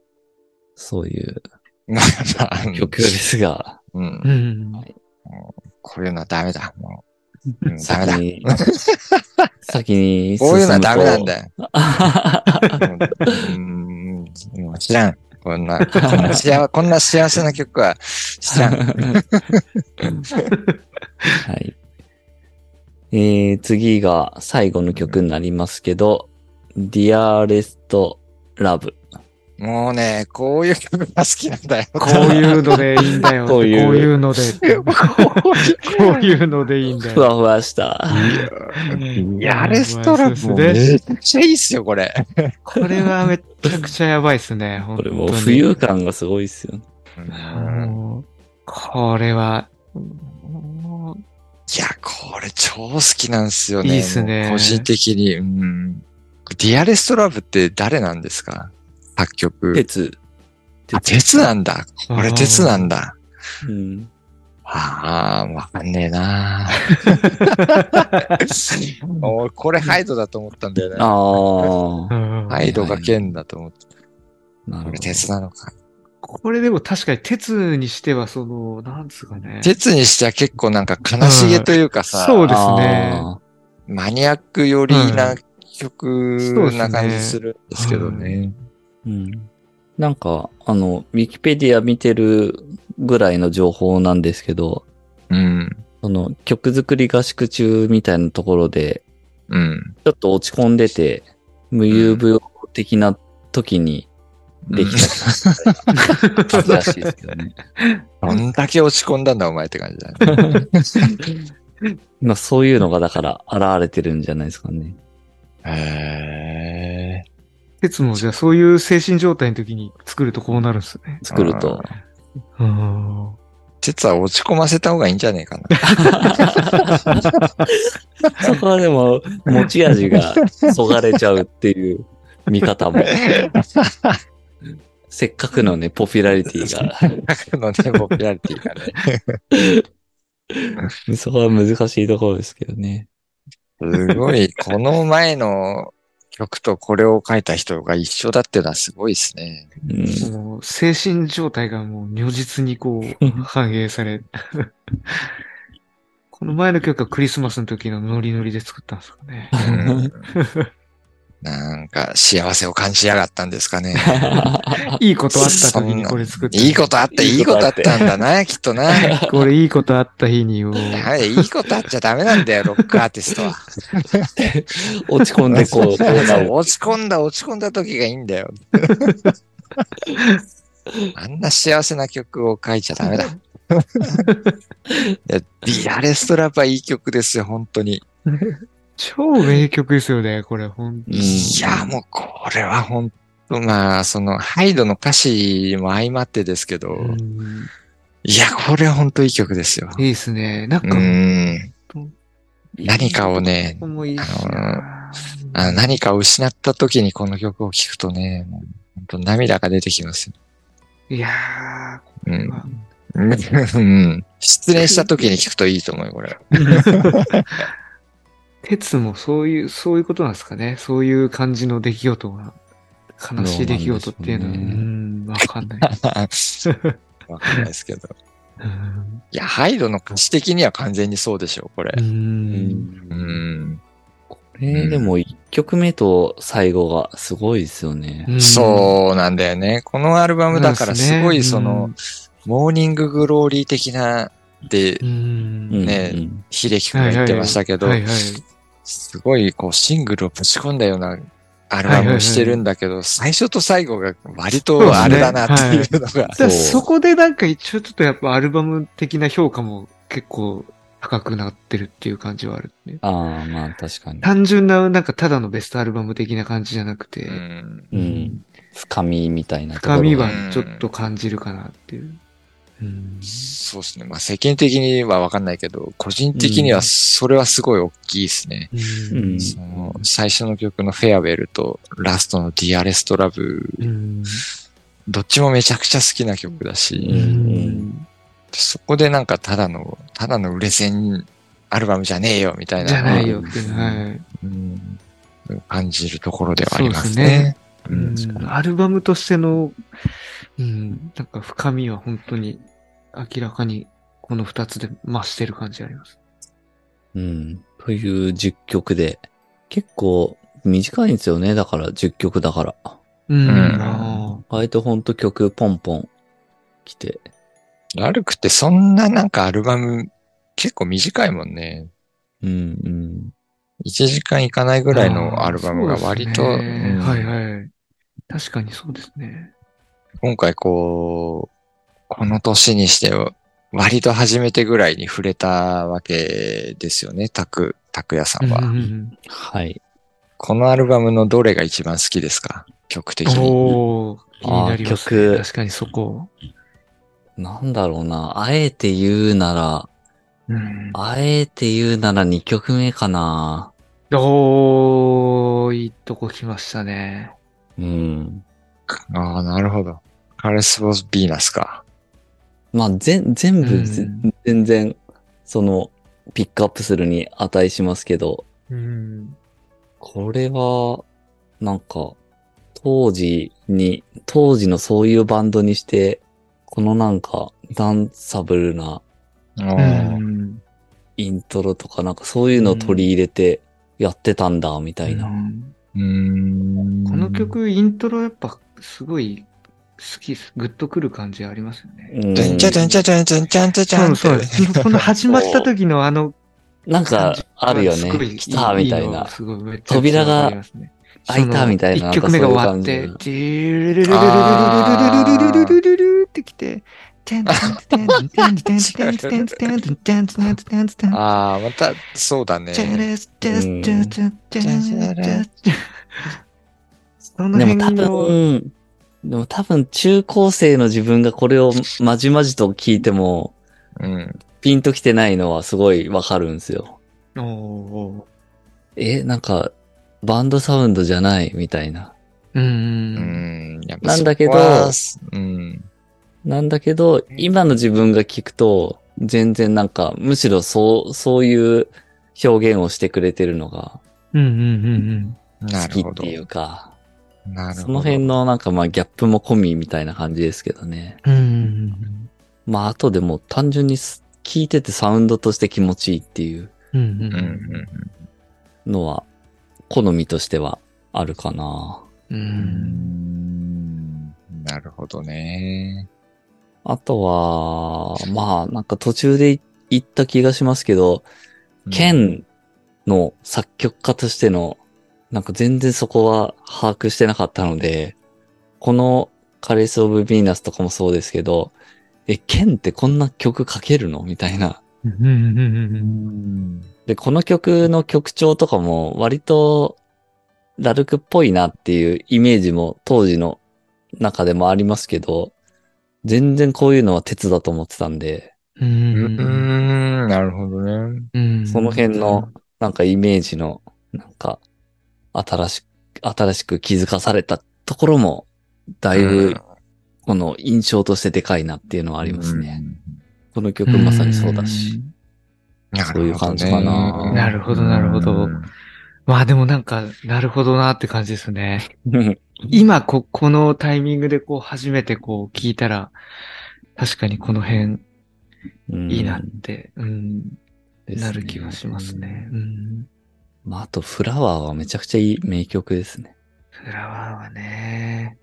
A: そういう
B: (laughs) まあまあ、うん
A: 曲ですが、
B: うん
C: うん。う。んうん。
B: こういうのはダメだ。もう。 (laughs) うん、ダメだ
A: 先。に、先に進むと
B: (laughs) こういうのはダメなんだよ。
A: は
B: もううんもう知らん。こんな、こんな幸こんな幸せな曲は知ら (laughs) ん。
A: い。えー、次が最後の曲になりますけど、Dearest Love。
B: もうね、こういう曲が好きなんだよ。
C: こういうのでいいんだよ。
A: こ
C: (laughs) こ
A: う
C: う
A: いう
C: (laughs) いうので。こういうのでいいんだ
A: ふ
C: よ。
A: わふわした。
B: いや、アレストラもうめちゃくちゃいいっすよ、これ。
C: これはめちゃくちゃやばいっす
B: (laughs)
C: ね。本
A: こ
C: 当
A: れ
C: に
A: もう浮遊感がすごいですよね。
B: うん
C: もうこれは、もう
B: いや、これ超好きなんですよね。
C: いいっすね
B: もう個人的に。うん。ディアレストラブって誰なんですか作曲。
A: 鉄。
B: あ鉄なんだ。これ鉄なんだ。
A: うん。
B: ああ、わかんねえ
C: (laughs)
B: なおいこれハイドだと思ったんだよね。
A: ああ。
C: うん
B: ハイドが剣だと思って。
A: なる
B: こ
A: ほ
B: れ
A: ど。
B: 鉄なのか。
C: これでも確かに鉄にしては、その、なんつうかね。
B: 鉄にしては結構なんか悲しげというかさ、
C: そうですね
A: あ
B: マニアック寄りな曲
C: そうですね
B: な感じするんですけどね。
A: ー。うん。なんか、あの、ウィキペディア見てるぐらいの情報なんですけど、
B: うん。
A: その曲作り合宿中みたいなところで、
B: うん。
A: ちょっと落ち込んでて、無遊病的な時にできた曲らしいですけど (laughs) ね。
B: どんだけ落ち込んだんだお前って感じだ
C: (laughs)
B: ね。
A: まあそういうのがだから現れてるんじゃないですかね。
B: へ
C: (laughs) 鉄もじゃあそういう精神状態の時に作るとこうなるんですね。
A: 作ると。
C: うん
B: 鉄は落ち込ませた方がいいんじゃねえかな。
A: (laughs) そこはでも持ち味がそがれちゃうっていう見方も。せっかくのね、ポピュラリティが。
B: 僕のね、ポピュラリティがね。
A: そこは難しいところですけどね。
B: すごい、この前の曲とこれを書いた人が一緒だっていうのはすごいですね。
A: うん。
C: もう精神状態がもう如実にこう反映され。 (laughs) この前の曲はクリスマスの時のノリノリで作ったんですかね。
B: うんなんか幸せを感じやがったんですか
C: (laughs)
B: ね。
C: いいことあった時にこれ作った。
B: いいことあった、いいことあったんだな、きっとな。
C: と。これいいことあった日にを。
B: はい、いいことあっちゃダメなんだよ、ロックアーティストは。
A: 落ち込んでこう、こうなる
B: 落ち込んだ、落ち込んだ時がいいんだよ。あんな幸せな曲を書いちゃダメだ。いや、ビアレストラップはいい曲ですよ、本当に。
C: 超名曲ですよね、これ、ほん
A: うん
B: いや、もうこれは本まあ、その、ハイドの歌詞も相まってですけど、
C: うん
B: いや、これは本当いい曲ですよ。
C: いいですね。なん
B: う
C: か、
B: ん。何かをね
C: ここもいいしな
B: あの何かを失った時にこの曲を聴くとね、もう本当涙が出てきますよ。
C: いや
B: う
C: ー
B: ん。うん失恋した時に聴くといいと思うよ、これ。
C: (laughs) 鉄もそういう、そういうことなんですかね。そういう感じの出来事が、悲しい出来事っていうのは、う
A: そうなんでしょうね
C: ん、わかんない。
B: わかんないですけど。
C: うん
B: いや、ハイドの歌詞的には完全にそうでしょ、これ
C: う。。
A: うん。
B: うんん。
A: えー、でも1曲目と最後がすごいですよね。
C: うん
B: そうなんだよね。このアルバムだからすごいその、、モーニンググローリー的なで
C: う、ん
A: うん
B: ね
A: うん
B: 秀樹くんが言ってましたけど
C: は、いはい。
B: すごいこうシングルをぶち込んだようなアルバムをしてるんだけど、最初と最後が割とあれだなっていうのが。
C: だからそこでなんか一応ちょっとやっぱアルバム的な評価も結構高くなってるっていう感じはあるね。
A: ああ、まあ確かに。
C: 単純な、なんかただのベストアルバム的な感じじゃなくて、
B: うん
A: うん。深みみたいなところが。
C: 深みはちょっと感じるかなっていう。うん
B: そうですね。まあ世間的にはわかんないけど、個人的にはそれはすごい大きいですね。
A: うん
B: その最初の曲のフェアウェルとラストのディアレストラブ、
C: うん
B: どっちもめちゃくちゃ好きな曲だし、
A: うん
B: そこでなんかただの、ただの売れ線アルバムじゃねえよみたいな。
C: じゃないよっていう、はい
B: うん感じるところではありますね。
A: う
C: うんんアルバムとしての、うん、なんか深みは本当に明らかにこの二つで増してる感じあります。
A: うん。という10曲で、結構短いんですよね。だから10曲だから。
C: うん。
B: うん
C: あ
A: 割とほんと曲ポンポン来て。
B: ラルクってそんななんかアルバム結構短いもんね。
A: うんうん。
B: 1時間いかないぐ
C: ー
B: らいのアルバムが割と、
C: そうですね
B: うん
C: はいはい。確かにそうですね。
B: 今回こう、この年にして割と初めてぐらいに触れたわけですよね、タク、タクヤさんは。
C: うんうん
A: はい。
B: このアルバムのどれが一番好きですか曲的
C: うん
B: に。
C: おー、気になります
A: あー
C: ね。
A: 曲
C: 確かにそこ。
A: なんだろうな。あえて言うなら、
C: うん
A: あえて言うなら2曲目かな。
C: おー、いいとこ来ましたね。
A: うん。
B: ああ、なるほど。カレスボス・ビーナスか。
A: まあ、全、全部、
C: うん
A: ぜ全然、その、ピックアップするに値しますけど、
C: うん。
A: これは、なんか、当時に、当時のそういうバンドにして、このなんか、ダンサブルな
B: う。
C: うんん。
A: イントロとか、なんかそういうのを取り入れてやってたんだ、みたいな。
B: うん
C: この曲、イントロやっぱすごい好きです。グッとくる感じありますよね。
A: うん
B: ちゃんちゃちゃんちゃちゃんちゃんちゃんちゃちゃん
C: そう
B: って。
C: そうです。この始まった時のあの
A: なん
C: 感
A: か
C: じ、
A: あるよ
C: す
A: ね
C: ご。い
A: 来た、みたい
C: いの
A: な。
C: すごいめっちゃ
A: 扉が
C: わかりますね
A: 開いたみたいな
C: その一曲目が終わっ
A: な
C: て、
A: んか
C: デュルルルルルルルルルルルルルルルルってきて、テンテンテンテンテンテンテンテンテンテンテンテンテンテンテンテンテンテン
B: ああ、また、そうだね。
C: チャレスチャレスチャレスチャレスチャレスその
A: でも多
C: 辺の、
A: 分、でも多分中高生の自分がこれをまじまじと聞いても、
B: うん。
A: ピンときてないのはすごいわかるんですよ。
C: おー
A: え、なんか、バンドサウンドじゃないみたいな。
C: う。
B: うんん。やっぱ
A: なんだけど
B: そこはうん。
A: なんだけど、今の自分が聞くと、全然なんか、むしろそう、そういう表現をしてくれてるのが
C: うんうんうん
B: な
A: 好
B: る
A: き
B: ほ
A: って
B: ど。
A: いうか、
B: なるほど。
A: その辺のなんかまあギャップも込みみたいな感じですけどね。
C: うん。うん
A: まああとでも単純にす聞いててサウンドとして気持ちいいっていう
C: うんう
B: うん
C: ん
B: うん
A: のは、好みとしてはあるかな。
C: う。
B: うんん。なるほどね。
A: あとは、まあなんか途中で言った気がしますけど、ケ
B: うん
A: ンの作曲家としての、なんか全然そこは把握してなかったので、このカレース・オブ・ヴィーナスとかもそうですけど、え、ケンってこんな曲書けるのみたいな。
C: うんうんう
B: う
C: ん
B: ん
A: で、この曲の曲調とかも割とラルクっぽいなっていうイメージも当時の中でもありますけど、全然こういうのは鉄だと思ってたんで、
C: う。
B: うんん、なるほどね。
C: うん
A: その辺の。なんかイメージの、なんか、新しく、新しく気づかされたところも、だいぶ、この印象としてでかいなっていうのはあ
B: あ
A: りますね。。この曲まさにそうだし。
B: なるほ
A: そ
B: どね
A: ういう感じかな
C: なるほどなるほどまあでもなんか、なるほどなって感じですね。
A: (laughs)
C: 今こ、このタイミングでこう初めてこう聞いたら、確かにこの辺いいなって、うん、
A: うん
C: なる気がしますね。。うん。
A: まあ、あと、フラワーはめちゃくちゃいい名曲です
C: (laughs)
A: ね。
C: フラワーはね、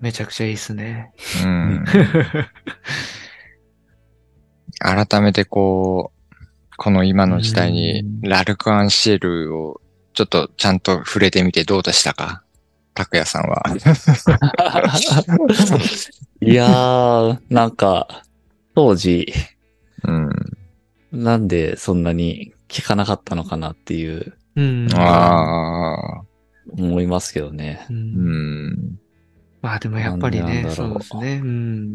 C: めちゃくちゃいいっすね。
B: うん。改めてこう、この今の時代に
C: うん、
B: ラルク・アンシェルをちょっとちゃんと触れてみてどうでしたか拓也さんは。
A: いやー、なんか、当時、
B: うん。
A: なんでそんなに聴かなかったのかなっていう
C: うん。
B: ああ、
A: 思いますけどね。
C: う
B: うんん。
C: まあでもやっぱり
A: なんで
C: ね、
A: なんだろ
C: そううですね。うん。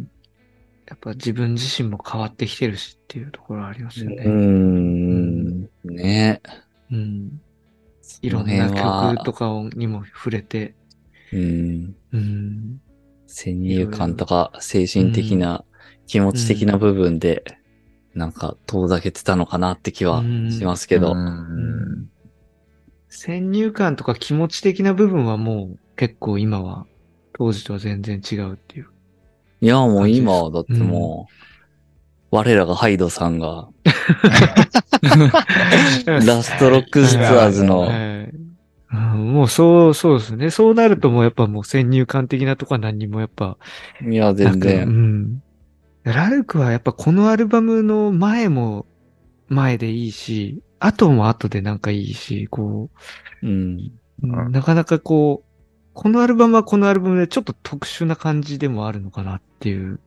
C: やっぱ自分自身も変わってきてるしっていうところはありますよ
A: うー
C: ね。
A: ん、ね
C: うん。いろん
A: その
C: な
A: 辺は
C: 曲とかをにも触れて、
A: うん、
C: うん。
A: 先入観とか精神的な、気持ち的な部分で、なんか遠ざけてたのかなって気はしますけど
B: う。ん
C: 先入観とか気持ち的な部分はもう結構今は当時とは全然違
A: (laughs)
C: うっていう。
A: いや、もう今はだってもう、我らがハイドさんが、ラストロックスツアーズの、
C: はいうんもうそう、そうですね。そうなるともうやっぱもう先入観的なとこは何にもやっぱ
A: いや、全
C: なくう
A: 然、
C: ん。ラルクはやっぱこのアルバムの前も前でいいし、後も後でなんかいいし、こ
A: うん、
C: う、
B: ん
C: なかなかこう、このアルバムはこのアルバムでちょっと特殊な感じでもあるのかなっていう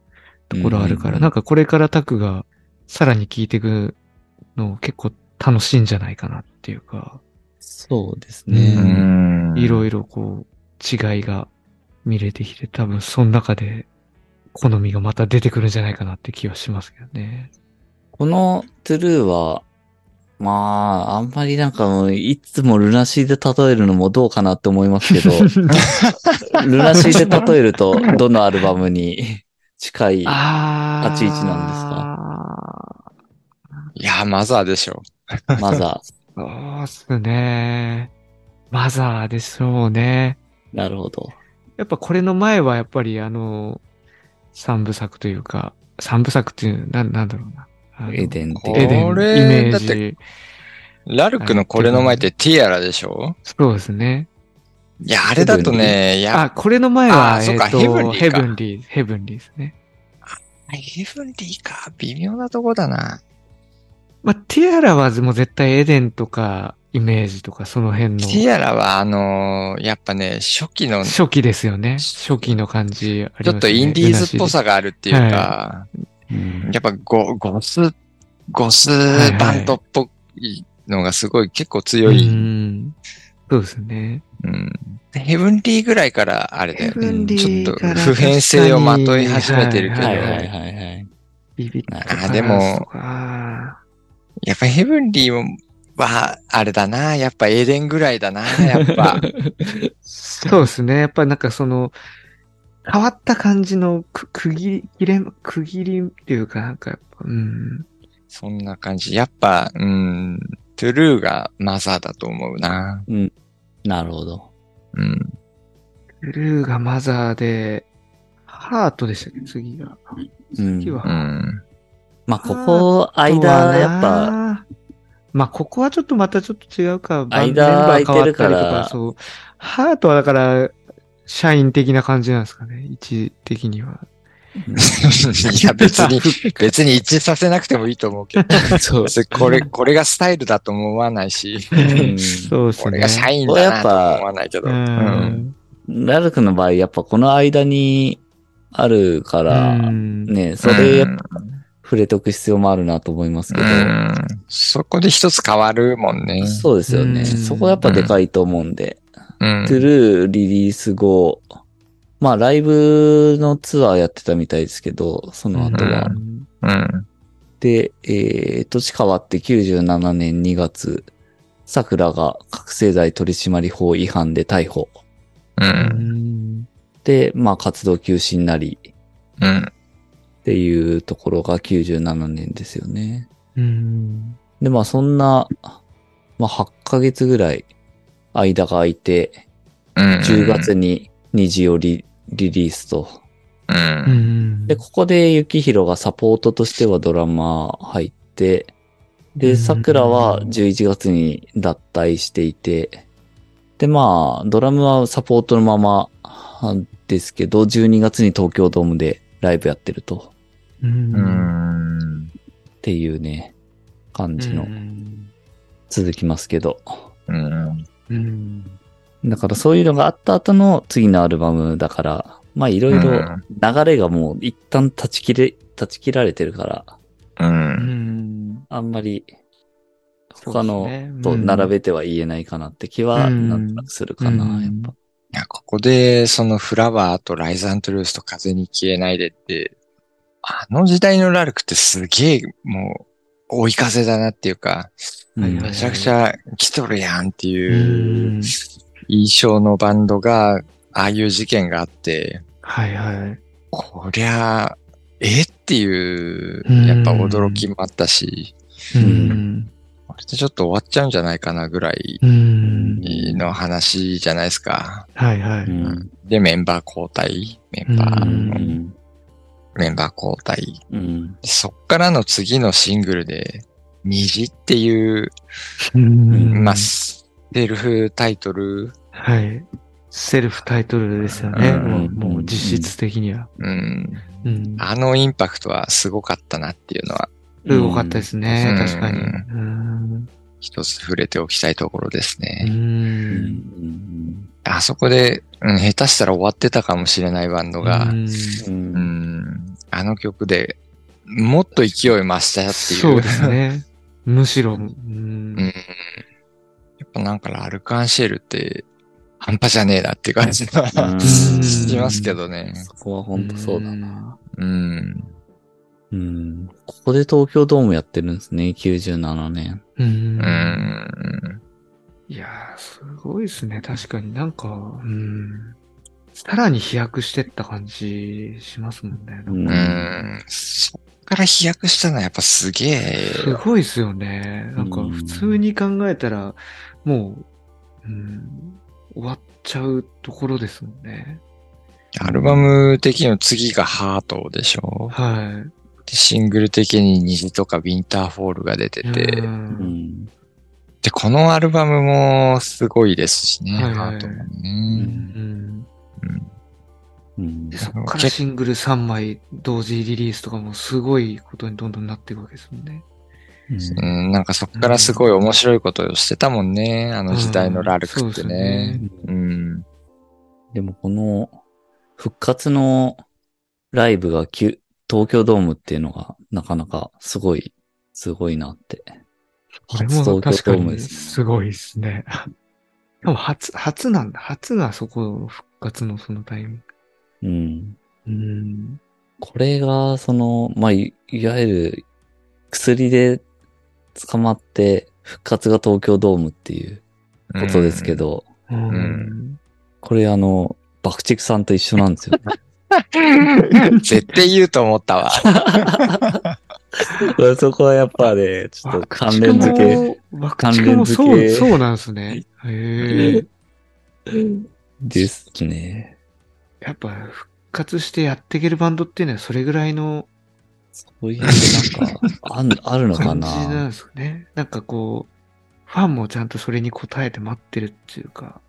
C: ところあるから、
A: うん
C: なんかこれからタクがさらに聴いていくのを結構楽しいんじゃないかなっていうか、
A: そうです
B: う
A: ね。
B: ん。
C: いろいろこう違いが見れてきて、多分その中で好みがまた出てくるんじゃないかなって気はしますけどね。
A: このトゥルーは、まあ、あんまりなんかもう、いつもルナシーで例えるのもどうかなって思いますけ
C: (laughs)
A: ど、ルナシーで例えると、どのアルバムに近い、
C: ああ。
A: 立ち位置なんです
C: か
B: いや、マザーでしょ。
A: マザ
C: そうっすね。マザーでしょうね。 (laughs)
A: ー。なるほど。
C: やっぱこれの前はやっぱりあの、三部作というか、三部作っていう、なん、なんだろうな。あの
A: エデンって
C: エデン、イ
B: これ
C: メー
B: だっ
C: ジ。
B: ラルクのこれの前ってティアラでしょ
C: そうですね。
B: いや、あれだとね、いや、
C: あ、これの前は、
B: あーそ
C: え
B: う
C: っ、
B: かヘブン
C: と、
B: リーか
C: ヘブンリー、ヘブンリーですね。
B: ヘブンリーか、微妙なとこだな。
C: まあ、ティアラはもう絶対エデンとか、イメージとか、その辺
B: テ
C: の。
B: ィアラは、あのーやっぱね、初期の、ち
C: 初期ですよね。初期の感じありますね
B: ょっとインディーズっぽ。さがあるっていうか、
A: うん
B: やっぱゴゴス、ゴスバンドっぽいのがすごい結構強
C: う
B: い。
C: ん。そうですね。
B: うんでヘブンリーぐらいから、あれだよ
A: ブ
B: ね。
A: ンリ
B: ーからちょっと普遍性をまとい始めてるけど
A: はいはいはいはい。
C: ビビッと
B: あでもやっぱヘブンリーは、あれだな。やっぱエーデンぐらいだな。やっぱ。
C: そうですね。やっぱりなんかその、変わった感じのく区切り、切れ、区切りっていうかなんかやっぱ、うん。
B: そんな感じ。やっぱ、うん、トゥルーがマザーだと思うな。
A: なるほど。
B: うん。
C: ブルーがマザーで、ハートでしたっけ次が。
A: うん
C: 次は。
A: (laughs)
B: うん。
A: まあ、ここ、間、やっぱ、
C: ぱ、まあ、ここはちょっとまたちょっと違うか、バ
A: 間
C: ンメンバー変わったりと
A: 空いてるから
C: そう。ハートはだから、社員的な感じなんですかね、位置的には。
A: (laughs)
B: いや、別に、別に一致させなくてもいいと思う
A: (laughs)
B: けど。そう。これ、これがスタイルだとも思わないし、
A: ん
C: そうですね。
B: これが社員だなとも思わないけど。
C: う
B: うん。
C: ん。
A: ラルクの場合、やっぱこの間にあるから、
C: うん
A: ね、それやっぱ触れておく必要もあるなと思いますけ
B: う
A: ど、
B: んそこで一つ変わるもんね。
A: そうですよね。
C: うん
A: そこやっぱでかいと思うんで、
B: うん
A: トゥルーリリース後、まあライブのツアーやってたみたいですけど、その後は。
C: うん
B: うん。
A: で、えー、年変わって97年2月、桜が覚醒剤取締法違反で逮捕。
B: うん。
A: で、まあ活動休止になりっ
B: うん。
A: ていうところが97年ですよね。
C: うん
A: で、まあそんな、まあ8ヶ月ぐらい間が空いて、
B: うん。
A: 10月に虹をリリリースと。
B: う。
C: うんん
A: で、ここで幸宏がサポートとしてはドラマー入って、
C: う
A: で、
C: ん
A: 桜は11月に脱退していて、で、まあ、ドラムはサポートのままあですけど、12月に東京ドームでライブやってると、
C: うん
B: うん。
A: っていうね、感じの
C: うん
A: 続きますけど。
B: うん。
C: うん
A: だからそういうのがあった後の次のアルバムだから、まあいろいろ流れがもう一旦断ち切れ、断ち切られてるから、
B: う。
C: うんん
A: あんまり
C: そうで
A: 他
C: すね
A: のと並べては言えないかなって気は
C: うん
A: なんとなくするかな、
C: うん
A: やっぱ。
B: いや、ここで、そのフラワーとライザントゥルースと風に消えないでって、あの時代のラルクってすげえ、もう、追い風だなっていうか、
C: はいうは
A: ん
C: い
B: めちゃくちゃ来とるやんっていう
C: うん
B: 印象のバンドが、ああいう事件があって、
C: はいはい。
B: こりゃあ、えっていう
C: う、ん
B: やっぱ驚きもあったし、
C: うん
B: これでちょっと終わっちゃうんじゃないかなぐらい
C: うん
B: の話じゃないですか。
C: はいは
A: う
C: い。
A: ん
B: で、メンバー交代、メンバー、
A: うん
B: メンバー交代。
A: うん
B: そっからの次のシングルで、虹っていう、
C: うん
B: まあ、セルフタイトル、
C: はい。セルフタイトルですよね。
B: うん
C: もうもう実質的には。
B: うん、
C: うん。
B: あのインパクトはすごかったなっていうのは、
C: すごかったですね。
B: うん
C: 確かに。うん。
B: 一つ触れておきたいところです
C: う。
B: ね。
A: うんん
B: あそこで、うん、下手したら終わってたかもしれないバンドが、
A: う
B: うんん、あの曲でもっと勢い増したっていう。
C: そうですね。むしろ、うん
B: うん。やっぱなんかラルカンシェルって半端じゃねえなっていう感じ
A: う
B: は
A: ん
B: (laughs) しますけどね。
A: そこは本当そうだな。
B: うん。
A: うんここで東京ドームやってるんですね、97年。
C: うん
B: うん。
C: いやー、すごいですね。確かになんか、うん。さらに飛躍してった感じしますもんね。
A: うん
B: うん。そっから飛躍したのはやっぱすげえ。
C: すごいですよね。なんか
A: うん
C: 普通に考えたら、もう、うん、終わっちゃうところですもんね。
B: アルバム的には次がハートでしょ
C: は
B: でシングル的に虹とかウィンターフォールが出て
C: い。
B: て
C: う。
A: うんん
B: で、このアルバムもすごいですしね、
C: はいはい
B: ハートも
C: う
B: ね。
C: ん
B: うん
A: うん
C: で、そこからシングル3枚同時リリースとかもすごいことにどんどんなっていくわけですもんね。
B: うん、なんかそっからすごい面白いことをしてたもんね、あの時代のラルクってね。うん。
A: でもこの復活のライブがきゅ東京ドームっていうのがなかなかすごい、すごいなって。
C: これ
A: 初
C: も
A: 東
C: 確
A: 京
C: か
A: ドーム
C: に
A: です。
C: すごいですね。でも初、初なんだ。初がそこの復活のそのタイミン
A: うん。
C: グ。うん。
A: これが、その、まあ、いいわゆる薬で捕まって復活が東京ドームっていうことですけど、
C: うん (laughs)
B: ん
A: これあの、爆竹さんと一緒なんですよ。
B: うん。絶対言うと思ったわ。
A: (laughs) そこはやっぱね、ちょっと関連付け。
C: 爆竹もそ
A: 関連
C: う、
A: 付け
C: そうなんですね。へえ。
A: ですね。
C: やっぱ復活してやっていけるバンドっていうのはそれぐらいの
A: そういうなんか、あんあるのか
C: 感じなん
A: な
C: ですかね。なんかこう、ファンもちゃんとそれに応えて待ってるっていうか。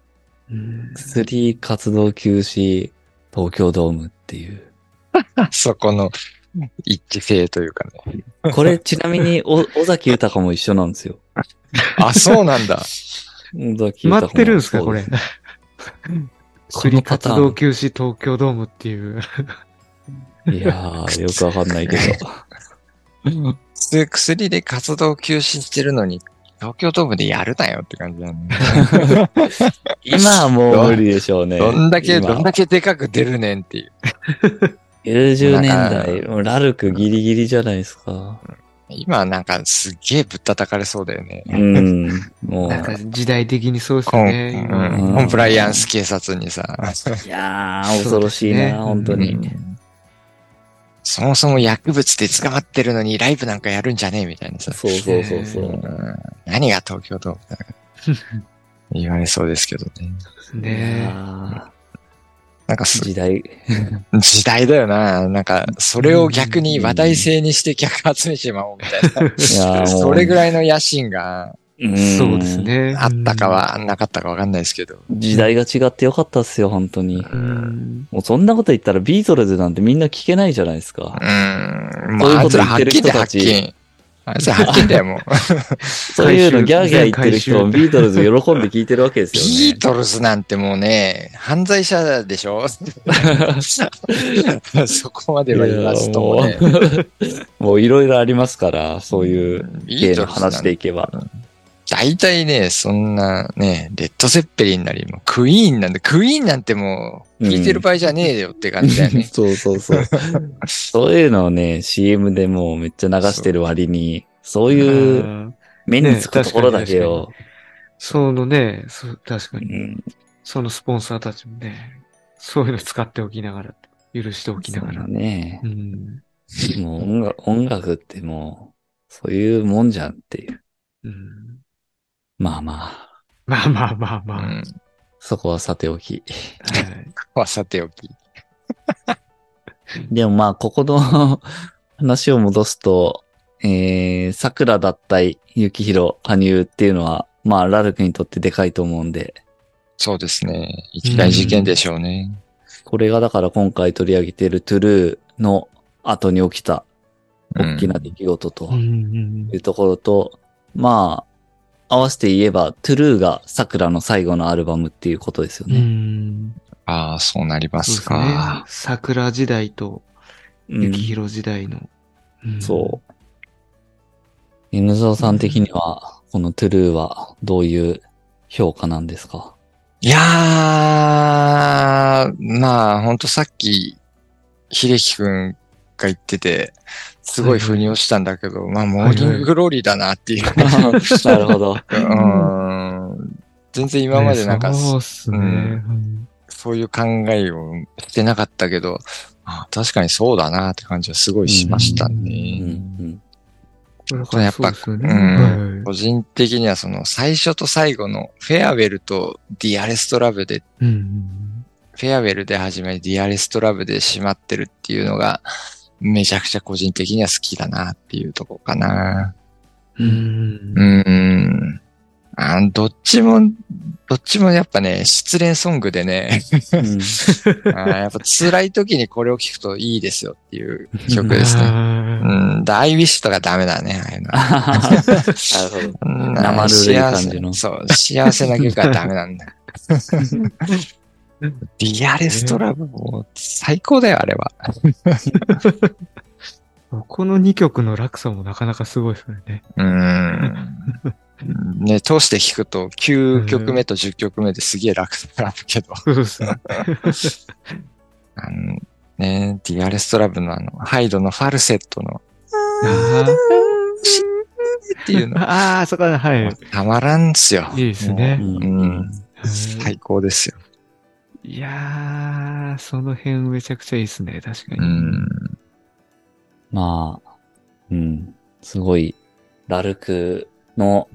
C: うん。
A: 薬活動休止、東京ドームっていう。
B: そこの一致性というかね。
A: これちなみに、お、尾崎豊も一緒なんですよ。
B: あ、そうなん
A: 尾
B: だ。
A: 崎
C: 決ま
A: 豊
C: っ
A: も
C: てるんですか、
A: そ
C: こ
A: う
C: れ。
A: このパ
C: 活
A: タ
C: 動
A: ー
C: 休止東京ドームっていう。
A: ン。いやー、よく
C: (laughs)
A: わかんないけど。
B: 普通薬で活動休止してるのに、東京ドームでやるなよって感じなんで。
A: (laughs) 今はもう無理でしょうね。
B: どんだけ、
A: 今
B: どんだけでかく出るねんっていう。
A: 90年
B: なん
A: 代、もうラルクギリギリじゃないです
C: (laughs)
A: か。
B: 今なんかすっげえぶったたかれそうだよね。
A: うん。も
C: なんか
A: う、
C: 時代的にそうです
B: コン、
C: ね。
B: うん
A: うん
B: コンプライアンス警察にさ。
A: いやー、恐ろしいな、
C: そうですね
A: 本当に。
B: うんそもそも薬物で捕まってるのにライブなんかやるんじゃねえみたいなさ。
A: そうそうそうそうう。
B: ん何が東京ドームだ
A: (laughs)
B: 言われそうですけどね。
C: 今
A: いや
C: ね
A: ー
B: なんかす
A: 時代。
B: 時代だよな。なんか、それを逆に話題性にして客集めちまおうみた
A: (laughs)
B: い
A: いや
B: な。
A: ーもう
B: それぐらいの野心が
A: ん
C: そうです。ね。
B: あったかはなかったかわかんないですけど。
A: 時代が違ってよかったっすよ、本当に。
C: うん。
A: もうそんなこと言ったらビートルズなんてみんな聞けないじゃないです
B: う
A: か。
B: ーん。も
A: そう
B: う
A: いう
B: あ
A: こと
B: いつ
A: 言
B: ら
A: っ
B: は
A: て
B: っ
A: る
B: き
A: 人
B: りは
A: た
B: っ
A: ち
B: きり。あ
A: (laughs)
B: いつらはっきりだよ、もう。
A: そういうのギャーギャー言ってる人も
C: 全回収
A: ビートルズ喜んで聞いてるわけですよね。
B: ビートルズなんてもうね、犯罪者でし
A: (laughs)
B: ょ (laughs) そこまでは言わずともね
A: い。もういろいろありますから、そういう
B: ビ
A: 芸
B: ート
A: の
B: ルズなん
A: 話で
B: て。
A: いけば。
B: 大体ね、そんなね、レッド・ゼッペリンなり、もうクイーンなんで、クイーンなんてもう、聞いてる場合じゃねえよって感じだよね。
A: そうそうそう。
C: (laughs)
A: そういうのをね、CM でもうめっちゃ流してる割に、そういうう目につくところだけを、
C: そのね、そう確か
A: う
C: に、
A: ん、
C: そのスポンサーたちもね、そういうの使っておきながら、許しておきな
A: そ
C: が
A: う
C: ら
A: だ。ね
C: う。ん。
A: もう音楽音楽ってもう、そういうもんじゃんっていう。
C: うん
A: まあまあ、
C: まあまあまあ
B: う
C: まあ。
B: ん。
A: そこはさておき。
C: はい
B: はさておき。
A: でもまあ、ここの (laughs) 話を戻すと、えー、桜だったり、雪広、羽生っていうのは、まあ、ラルクにとってでかいと思うんで、
B: そうですね。一大事件でしょうね。
A: これがだから今回取り上げてるトゥルーの後に起きた
B: うん
A: 大きな出来事と
C: うんうん
A: いうところと、まあ、合わせて言えば、トゥルーが桜の最後のアルバムっていうことですよ
C: うん。う
A: ね。
C: ん。
B: ああ、そうなりま
C: そうですすね
B: か。。
C: 桜時代と
A: うん
C: 雪広時代の。うん
A: そう。犬沢さん的には、このトゥルーはどういう評価なんですか
B: いやー、まあ、ほんとさっき、秀樹くんが言ってて、すごい腑に落ちたんだけど、まあ、モーニンググローリーだなっていう。
A: なるほど。
B: うん全然今までなんか、
C: ねそうっすね。
B: う
C: うんん
B: そういう考えをしてなかったけど、あ確かにそうだなって感じはすごいしました
A: う
B: ね。
A: ん
C: だから
B: やっぱ
C: そうっすよ
B: う
C: ね
B: ん
C: は
B: 個人的にはその最初と最後のフェアウェルとディアレストラブで、
C: いうん
B: フェアウェルで始まりディアレストラブで閉まってるっていうのが、めちゃくちゃ個人的には好きだなっていうとこかな。
C: うんう
B: う
C: ん。うん
B: んうん。あどっちも、どっちもやっぱね、失恋ソングでね、
A: うんうん
B: あーやっぱ辛い時にこれを聴くといいですよっていう曲ですね。
C: (laughs) あー
B: うん、だアイウィッシュとかダメだね、ああいうのは。
A: なるほど。
B: うん
A: 生ぬるい感じの
B: 幸せそう、幸せな曲はダメなんだ。リアレストラブも最高だよ、あれは。
C: この2曲の落差もなかなかすごいですよね。
B: うん。ね、通して聴くと9曲目と10曲目ですげえ楽なんだけど。
C: そうですね。
B: あの、ね、ディアレストラブのあの、ハイドのファルセットの、 (laughs)
C: あ
B: っていうの、
C: (laughs) ーあー、そこは、はい。
B: たまらんっすよ。
C: いいですね
A: う。ん (laughs)
B: うん。
C: うん
B: 最高ですよ。
C: いやー、その辺めちゃくちゃいいですね、確か
B: う
C: に。
B: ん。
A: まあ、うん。すごい、ラルクの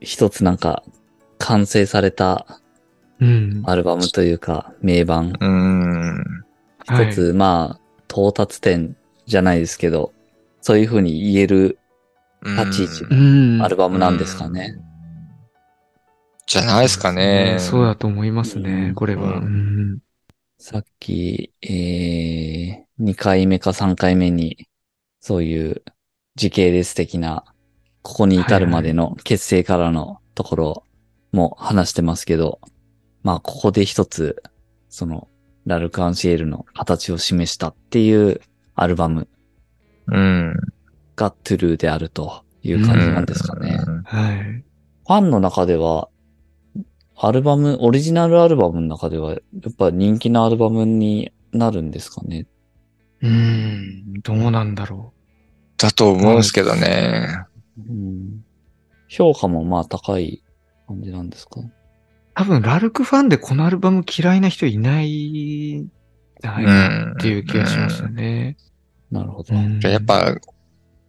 A: 一つなんか、完成された
C: うん。
A: アルバムというか、名盤。
B: うん。
C: はい
A: 一つ、まあ、到達点じゃないですけど、そういうふうに言える立ち位置
B: う
C: う
B: ん
C: ん。
A: アルバムなんですかね。。
B: じゃないですかね。
C: そうだと思います
A: う
C: ね
A: ん、
C: これは。
B: う
C: うん
A: さっき、えー、2回目か3回目に、そういう時系列的な、ここに至るまでの結成からのところも話してますけど、まあ、ここで一つ、その、ラルク・アンシエルの形を示したっていうアルバム
B: うん。
A: がトゥルーであるという感じなんですかね。
B: うん
C: はい。
A: ファンの中では、アルバム、オリジナルアルバムの中では、やっぱ人気のアルバムになるんですかね。
C: うーん、どうなんだろ
B: だと思うんですけどね。
A: うん、評価もまあ高い感じなんですか。
C: う。多分、ラルクファンでこのアルバム嫌いな人いないんじゃないかなっていう気がしますね。
A: なるほど。
C: うん
B: やっ、ぱ、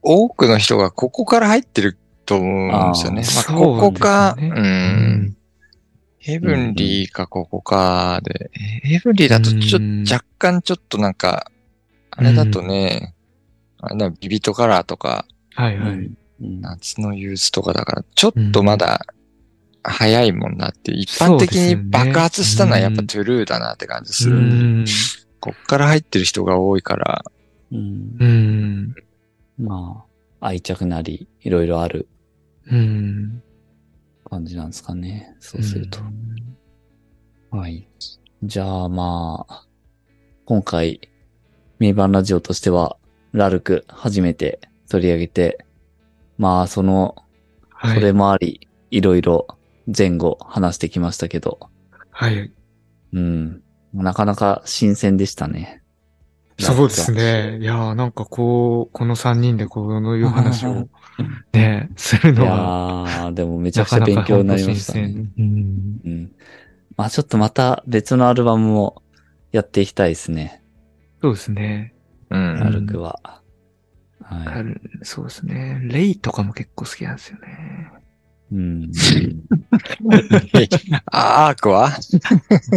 B: 多くの人がここから入ってると思うんですよね。
C: あー
B: まあ、ここか、
C: そううなんですよ
B: ん。ヘブンリーかここかで、ヘブンリーだとちょ
C: うん
B: っと若干ちょっとなんか、あれだとね、あれだ、ビビットカラーとか、
C: はいはい。
A: うん
B: 夏のユースとかだから、ちょっとまだ早いもんなって、一般的に爆発したのはやっぱトゥルーだなって感じす
C: う
B: るんで。
C: ん。
B: こっから入ってる人が多いから、
A: うん
C: うん。
A: まあ、愛着なり、いろいろある
C: うん。
A: 感じなんですかね。そうすると。はい。じゃあまあ、今回、ミーバンラジオとしては、ラルク初めて取り上げて、まあその、
C: は
A: それ
C: い。
A: もあり、いろいろ前後話してきましたけど、
C: はい。
A: うん。なかなか新鮮でしたね。
C: そうですね。いやーなんかこう、この3人でこのいう話をね、す
A: ラ
C: る
A: ル
C: の
A: ク
C: は、
A: は。いやー、でもめちゃ
C: な
A: くちゃ
C: かな
A: 勉
C: か
A: 強にな
C: 本当
A: りま
C: 新
A: したね。
C: 鮮。うん
A: うん。まあちょっとまた別のアルバムもやっていきたいですね。
C: そうですね。
B: う
A: ラ
B: ん。 (laughs)
A: ルクは。は
C: あ
A: い。
C: るそうですね。レイとかも結構好きなんですよね。
A: うん。
B: あアークは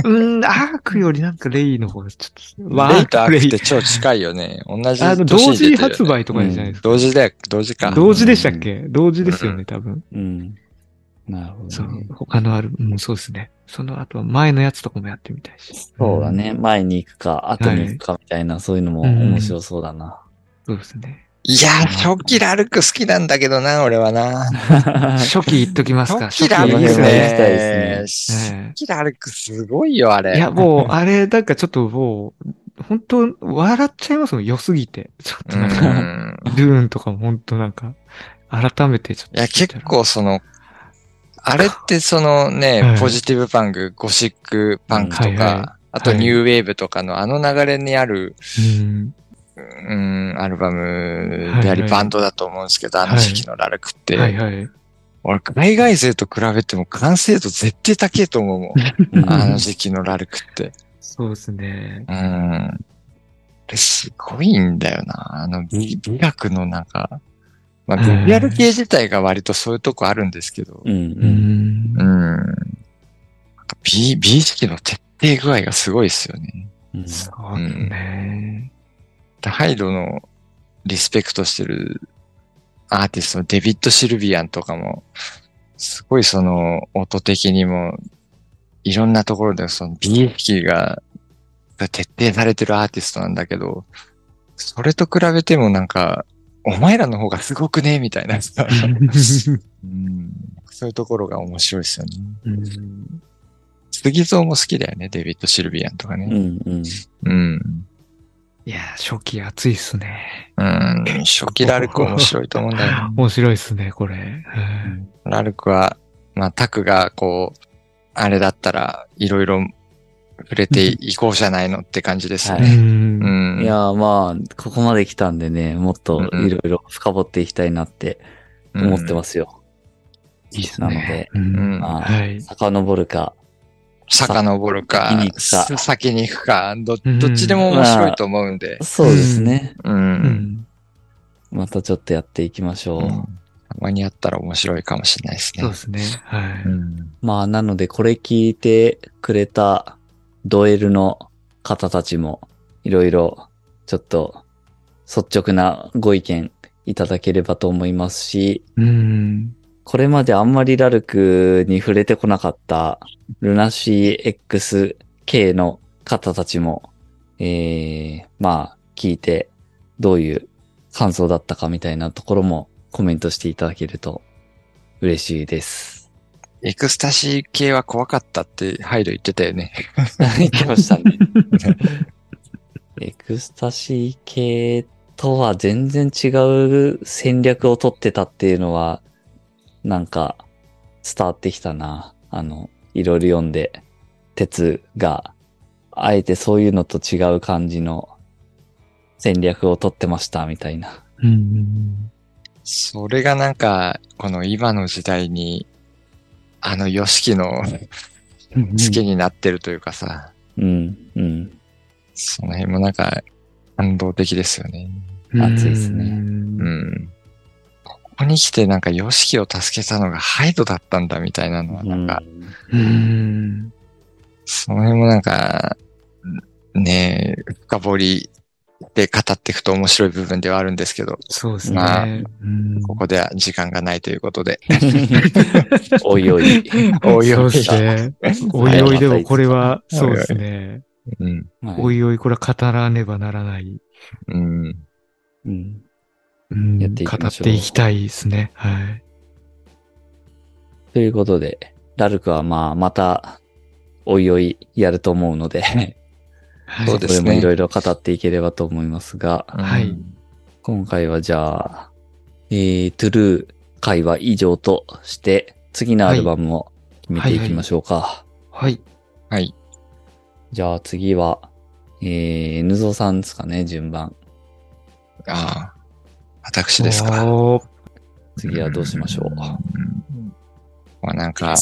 C: うん、アークよりなんかレイの方がちょっと、
B: レイとアークっ
C: レ
B: て超近いよね。同
C: イ
B: じ
C: あの、同
B: 年に
C: 時
B: 出てる
C: 発
B: よね。
C: 売とかじゃないですか。
B: 同時だよ、同時か。
C: 同時でしたっけ同時ですよね、多分。
A: うん。なるほ
C: そ
A: ど、
C: う
A: ね。、
C: 他のある、うん、そうですね。その後は前のやつとかもやってみたいし。
A: そうだね。。前に行くか、後に行くかみたいな、そういうのも面白そうだな。
C: そうですね。
B: いやー、初期ラルク好きなんだけどな、俺はな。
A: (laughs)
C: 初期言っときますか。
B: 初期ラルク
C: いい
B: ね
C: ですね。
A: ね
B: 初期ラルクすごいよ、あれ。
C: いや、もう、あれ、なんかちょっともう、本当笑っちゃいますもん、良すぎて。ちょっ
B: う
C: となんか、
B: ん。
C: ルーンとかも本当なんか、改めてちょっと。
B: いや、結。構その、あれってその
C: は
B: ね、
C: い
B: ポジティブパンク、ゴシックパンク
C: は
B: と
C: いは
B: か、あとニューウェーブとかのあの流れにある、
C: うん。
B: うん、アルバムであ
C: はいは
B: り
C: い
B: バンドだと思うんですけど、あの時期のラルクって。
C: はいはい。
B: 俺、海外勢と比べても完成度絶対高えと思う
C: (laughs)
B: もん。
A: うん
B: あの時期のラルクって。
C: そうですね。
B: うん。あれすごいんだよな。あの美、美学のなんか、まあ、
C: う
B: ビ
C: ん
B: ジュアル系自体が割とそういうとこあるんですけど、
A: うん。
C: う
A: うん
B: う。
C: ん
B: ん。なんか美、美意識の徹底具合がすごいですよね。
A: うん
C: そうですね。
B: でハイドのリスペクトしてるアーティストのデビッド・シルビアンとかも、すごいその音的にも、いろんなところでその美意識がが徹底されてるアーティストなんだけど、それと比べてもなんか、お前らの方がすごくねみたいなさ、うんそういうところが面白いですよね。
C: うん
B: 杉蔵も好きだよね、デビッド・シルビアンとか
A: う
B: ね。
A: ん。うん。
B: うん。
C: いや、初期熱いっすね。
B: うん。初期ラルク面白いと思うんだよね。
C: (laughs) 面白いっすね、これ。うん
B: ラルクは、まあ、タクが、こう、あれだったら、いろいろ触れていこうじゃないのって感じです
A: は
C: う
A: い
B: ね。
C: ん
B: うん。
A: いやーまあ、ここまで来たんでね、もっといろいろ深掘っていきたいなって思ってますよ。
C: いいっす
A: なの
C: ね。
A: で、
C: うん
B: うん
A: まあ、
C: はい。
A: 遡るか、
B: 遡る
A: 先
B: か
A: に行、くか
B: 先に行くか、ど、
C: うん
B: どっちでも面白いと思うんで。
A: そうですね。
B: う。
C: うんん
A: またちょっとやっていきましょう。
B: うんたまにあったら面白いかもしれないですね。
C: そうですね。はい。
B: うん。
A: まあ、なので、これ聞いてくれたドエルの方たちも、いろいろ、ちょっと、率直なご意見いただければと思いますし、
C: うん。
A: これまであんまりラルクに触れてこなかった、ルナシー XK の方たちも、えー、まあ、聞いて、どういう感想だったかみたいなところもコメントしていただけると嬉しいです。
B: エクスタシー系は怖かったって、ハイド言ってたよね。
A: (laughs) 言ってましたね。エクスタシー系っとは全然違う戦略を取ってたっていうのは、なんか伝わってきたな。あの、いろいろ読んで、鉄が、あえてそういうのと違う感じの戦略を取ってました、みたいな。
C: うんうん
B: それがなんか、この今の時代に、あの、ヨシキの
C: うんうん
B: 好きになってるというかさ、
A: うん、うん。
B: その辺もなんか、感動的ですよね。
A: 熱いですね
C: うん
B: うん。ここに来てなんかヨシキを助けたのがハイドだったんだみたいなのは、なんか、
C: うん
B: その辺もなんか、ねえ、深掘りで語っていくと面白い部分ではあるんですけど、
C: そうですね。
B: まあ
C: うん
B: ここでは時間がないということで。
A: (laughs) おいおい。
B: おいおい
C: (laughs) そうで
A: (laughs)
C: すね。おいおいでもこれは、
B: はい
C: そうですね。
B: うん。
A: は
C: お
A: い
C: いおいこれは語らねばならない。
B: うん。
A: うん
C: うん、
A: やっていき
C: 語
A: ま
C: っ
A: しょう
C: ていきたいですね。はい。
A: ということで、ラルクはまあ、また、おいおいやると思うので、
C: はい
B: そうですね
A: これもいろいろ語っていければと思いますが、
C: はい
B: うん
A: 今回はじゃあ、えー、トゥルー会は以上として、次のアルバムを決めていきましょうか。
C: はい。
B: はい。
A: じゃあ次は、えー、N ゾさんですかね、順番。
B: ああ。私ですか。
C: おー
A: 次はどうしましょう。
B: うんまあなんか、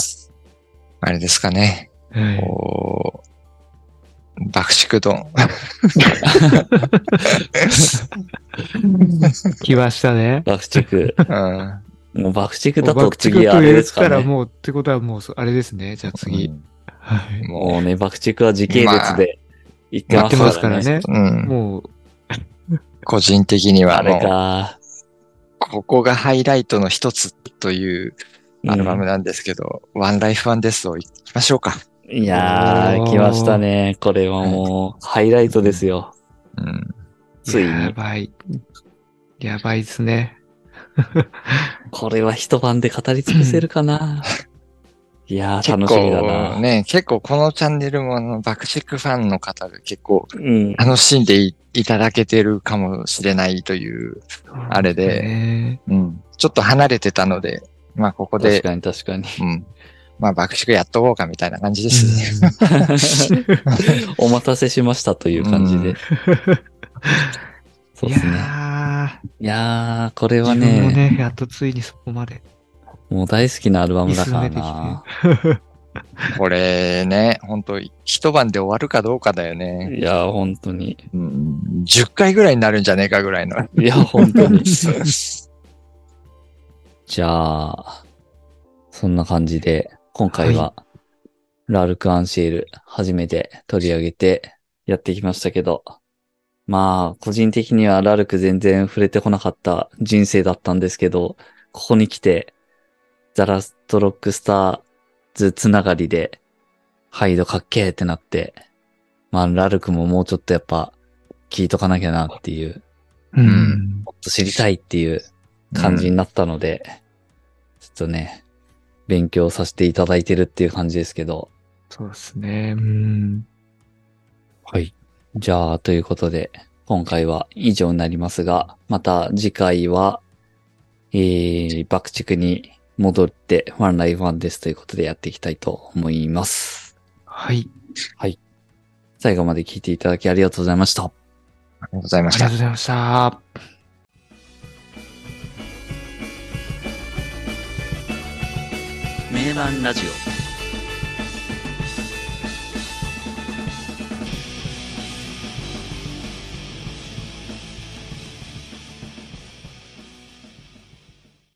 B: あれですかね。
C: はい
B: こう、爆
A: (laughs)
B: 竹丼。
C: 来ましたね。
A: 爆竹。
B: うん
A: もう爆竹だと
C: 爆竹
A: 次あ
C: と
A: れ
C: 言
A: で
C: っ
A: す
C: た
A: からね。
C: もう、ってことはもう、あれですね。じゃあ次。。はい。
A: も
B: も
A: うね、爆竹は時系列で言って
C: やってま
A: ますすか
C: か
A: ら
C: ら
A: ね。
C: ね。
B: う、うん。
C: もう、
B: 個人的には
A: あれ
B: もう、
A: か。
B: ここがハイライトの一つというアルバムなんですけど、ワンライフワンデスを行きましょうか。
A: いや
C: お
A: ー、
C: ー
A: 来ましたね。これはもう、ハイライトですよ。
B: うん。
A: つい
C: や
A: に。
C: ばい。やばいですね。
A: これは一晩で語り尽くせるか (laughs) な。いやー、
B: 結
A: 楽しみだな。
B: 構ね、結構このチャンネルもあの爆竹ファンの方が結構
A: うん。
B: 楽しんでいいただけてるかもしれないという、あれで、
C: ね
B: うん、ちょっと離れてたので、まあここ
A: 確
B: で、
A: かに確 (laughs) かに。
B: うん、まあ爆竹やっとこうかみたいな感じですね。
A: お待たせしましたという感じ
B: う
A: で
B: ん。
A: (laughs) そうで
C: いや
A: すね。
C: ー、
A: いやー、これは
C: 自分も
A: ね、
C: ね、やっとついにそこまで。
A: もう大好きなアルバムだからな。
B: (laughs) これね、本当一晩で終わるかどうかだよね。
A: いやー、本当に。
B: うん、10回ぐらいになるんじゃねえかぐらいの。
A: いや、本
B: (laughs)
A: (laughs) 当に。
B: は
A: じゃあ、そんな感じで、今回は、ラルク・アンシエル、初めて取り上げてやってきましたけど、まあ、個人的にはラルク全然触れてこなかった人生だったんですけど、ここに来て、ザラストロックスターズつながりで、ハイドかっけーってなって、まあ、ラルクももうちょっとやっぱ、聞いとかなきゃなっていう、
C: うんん。
A: もっと知りたいっていう感じになったので、ちょっとね、勉強させていただいてるっていう感じですけど。
C: そうですね。うん。
A: はい。じゃあ、ということで、今回は以上になりますが、また次回は、えー、爆竹に戻って、ワンライフワンですということでやっていきたいと思います。
C: はい。
A: 最後まで聞いていただきありがとうございました。
B: ありがとうござい
C: あ
B: ま
C: り
B: した
C: がとう。ございました。
A: 名盤ラジオ。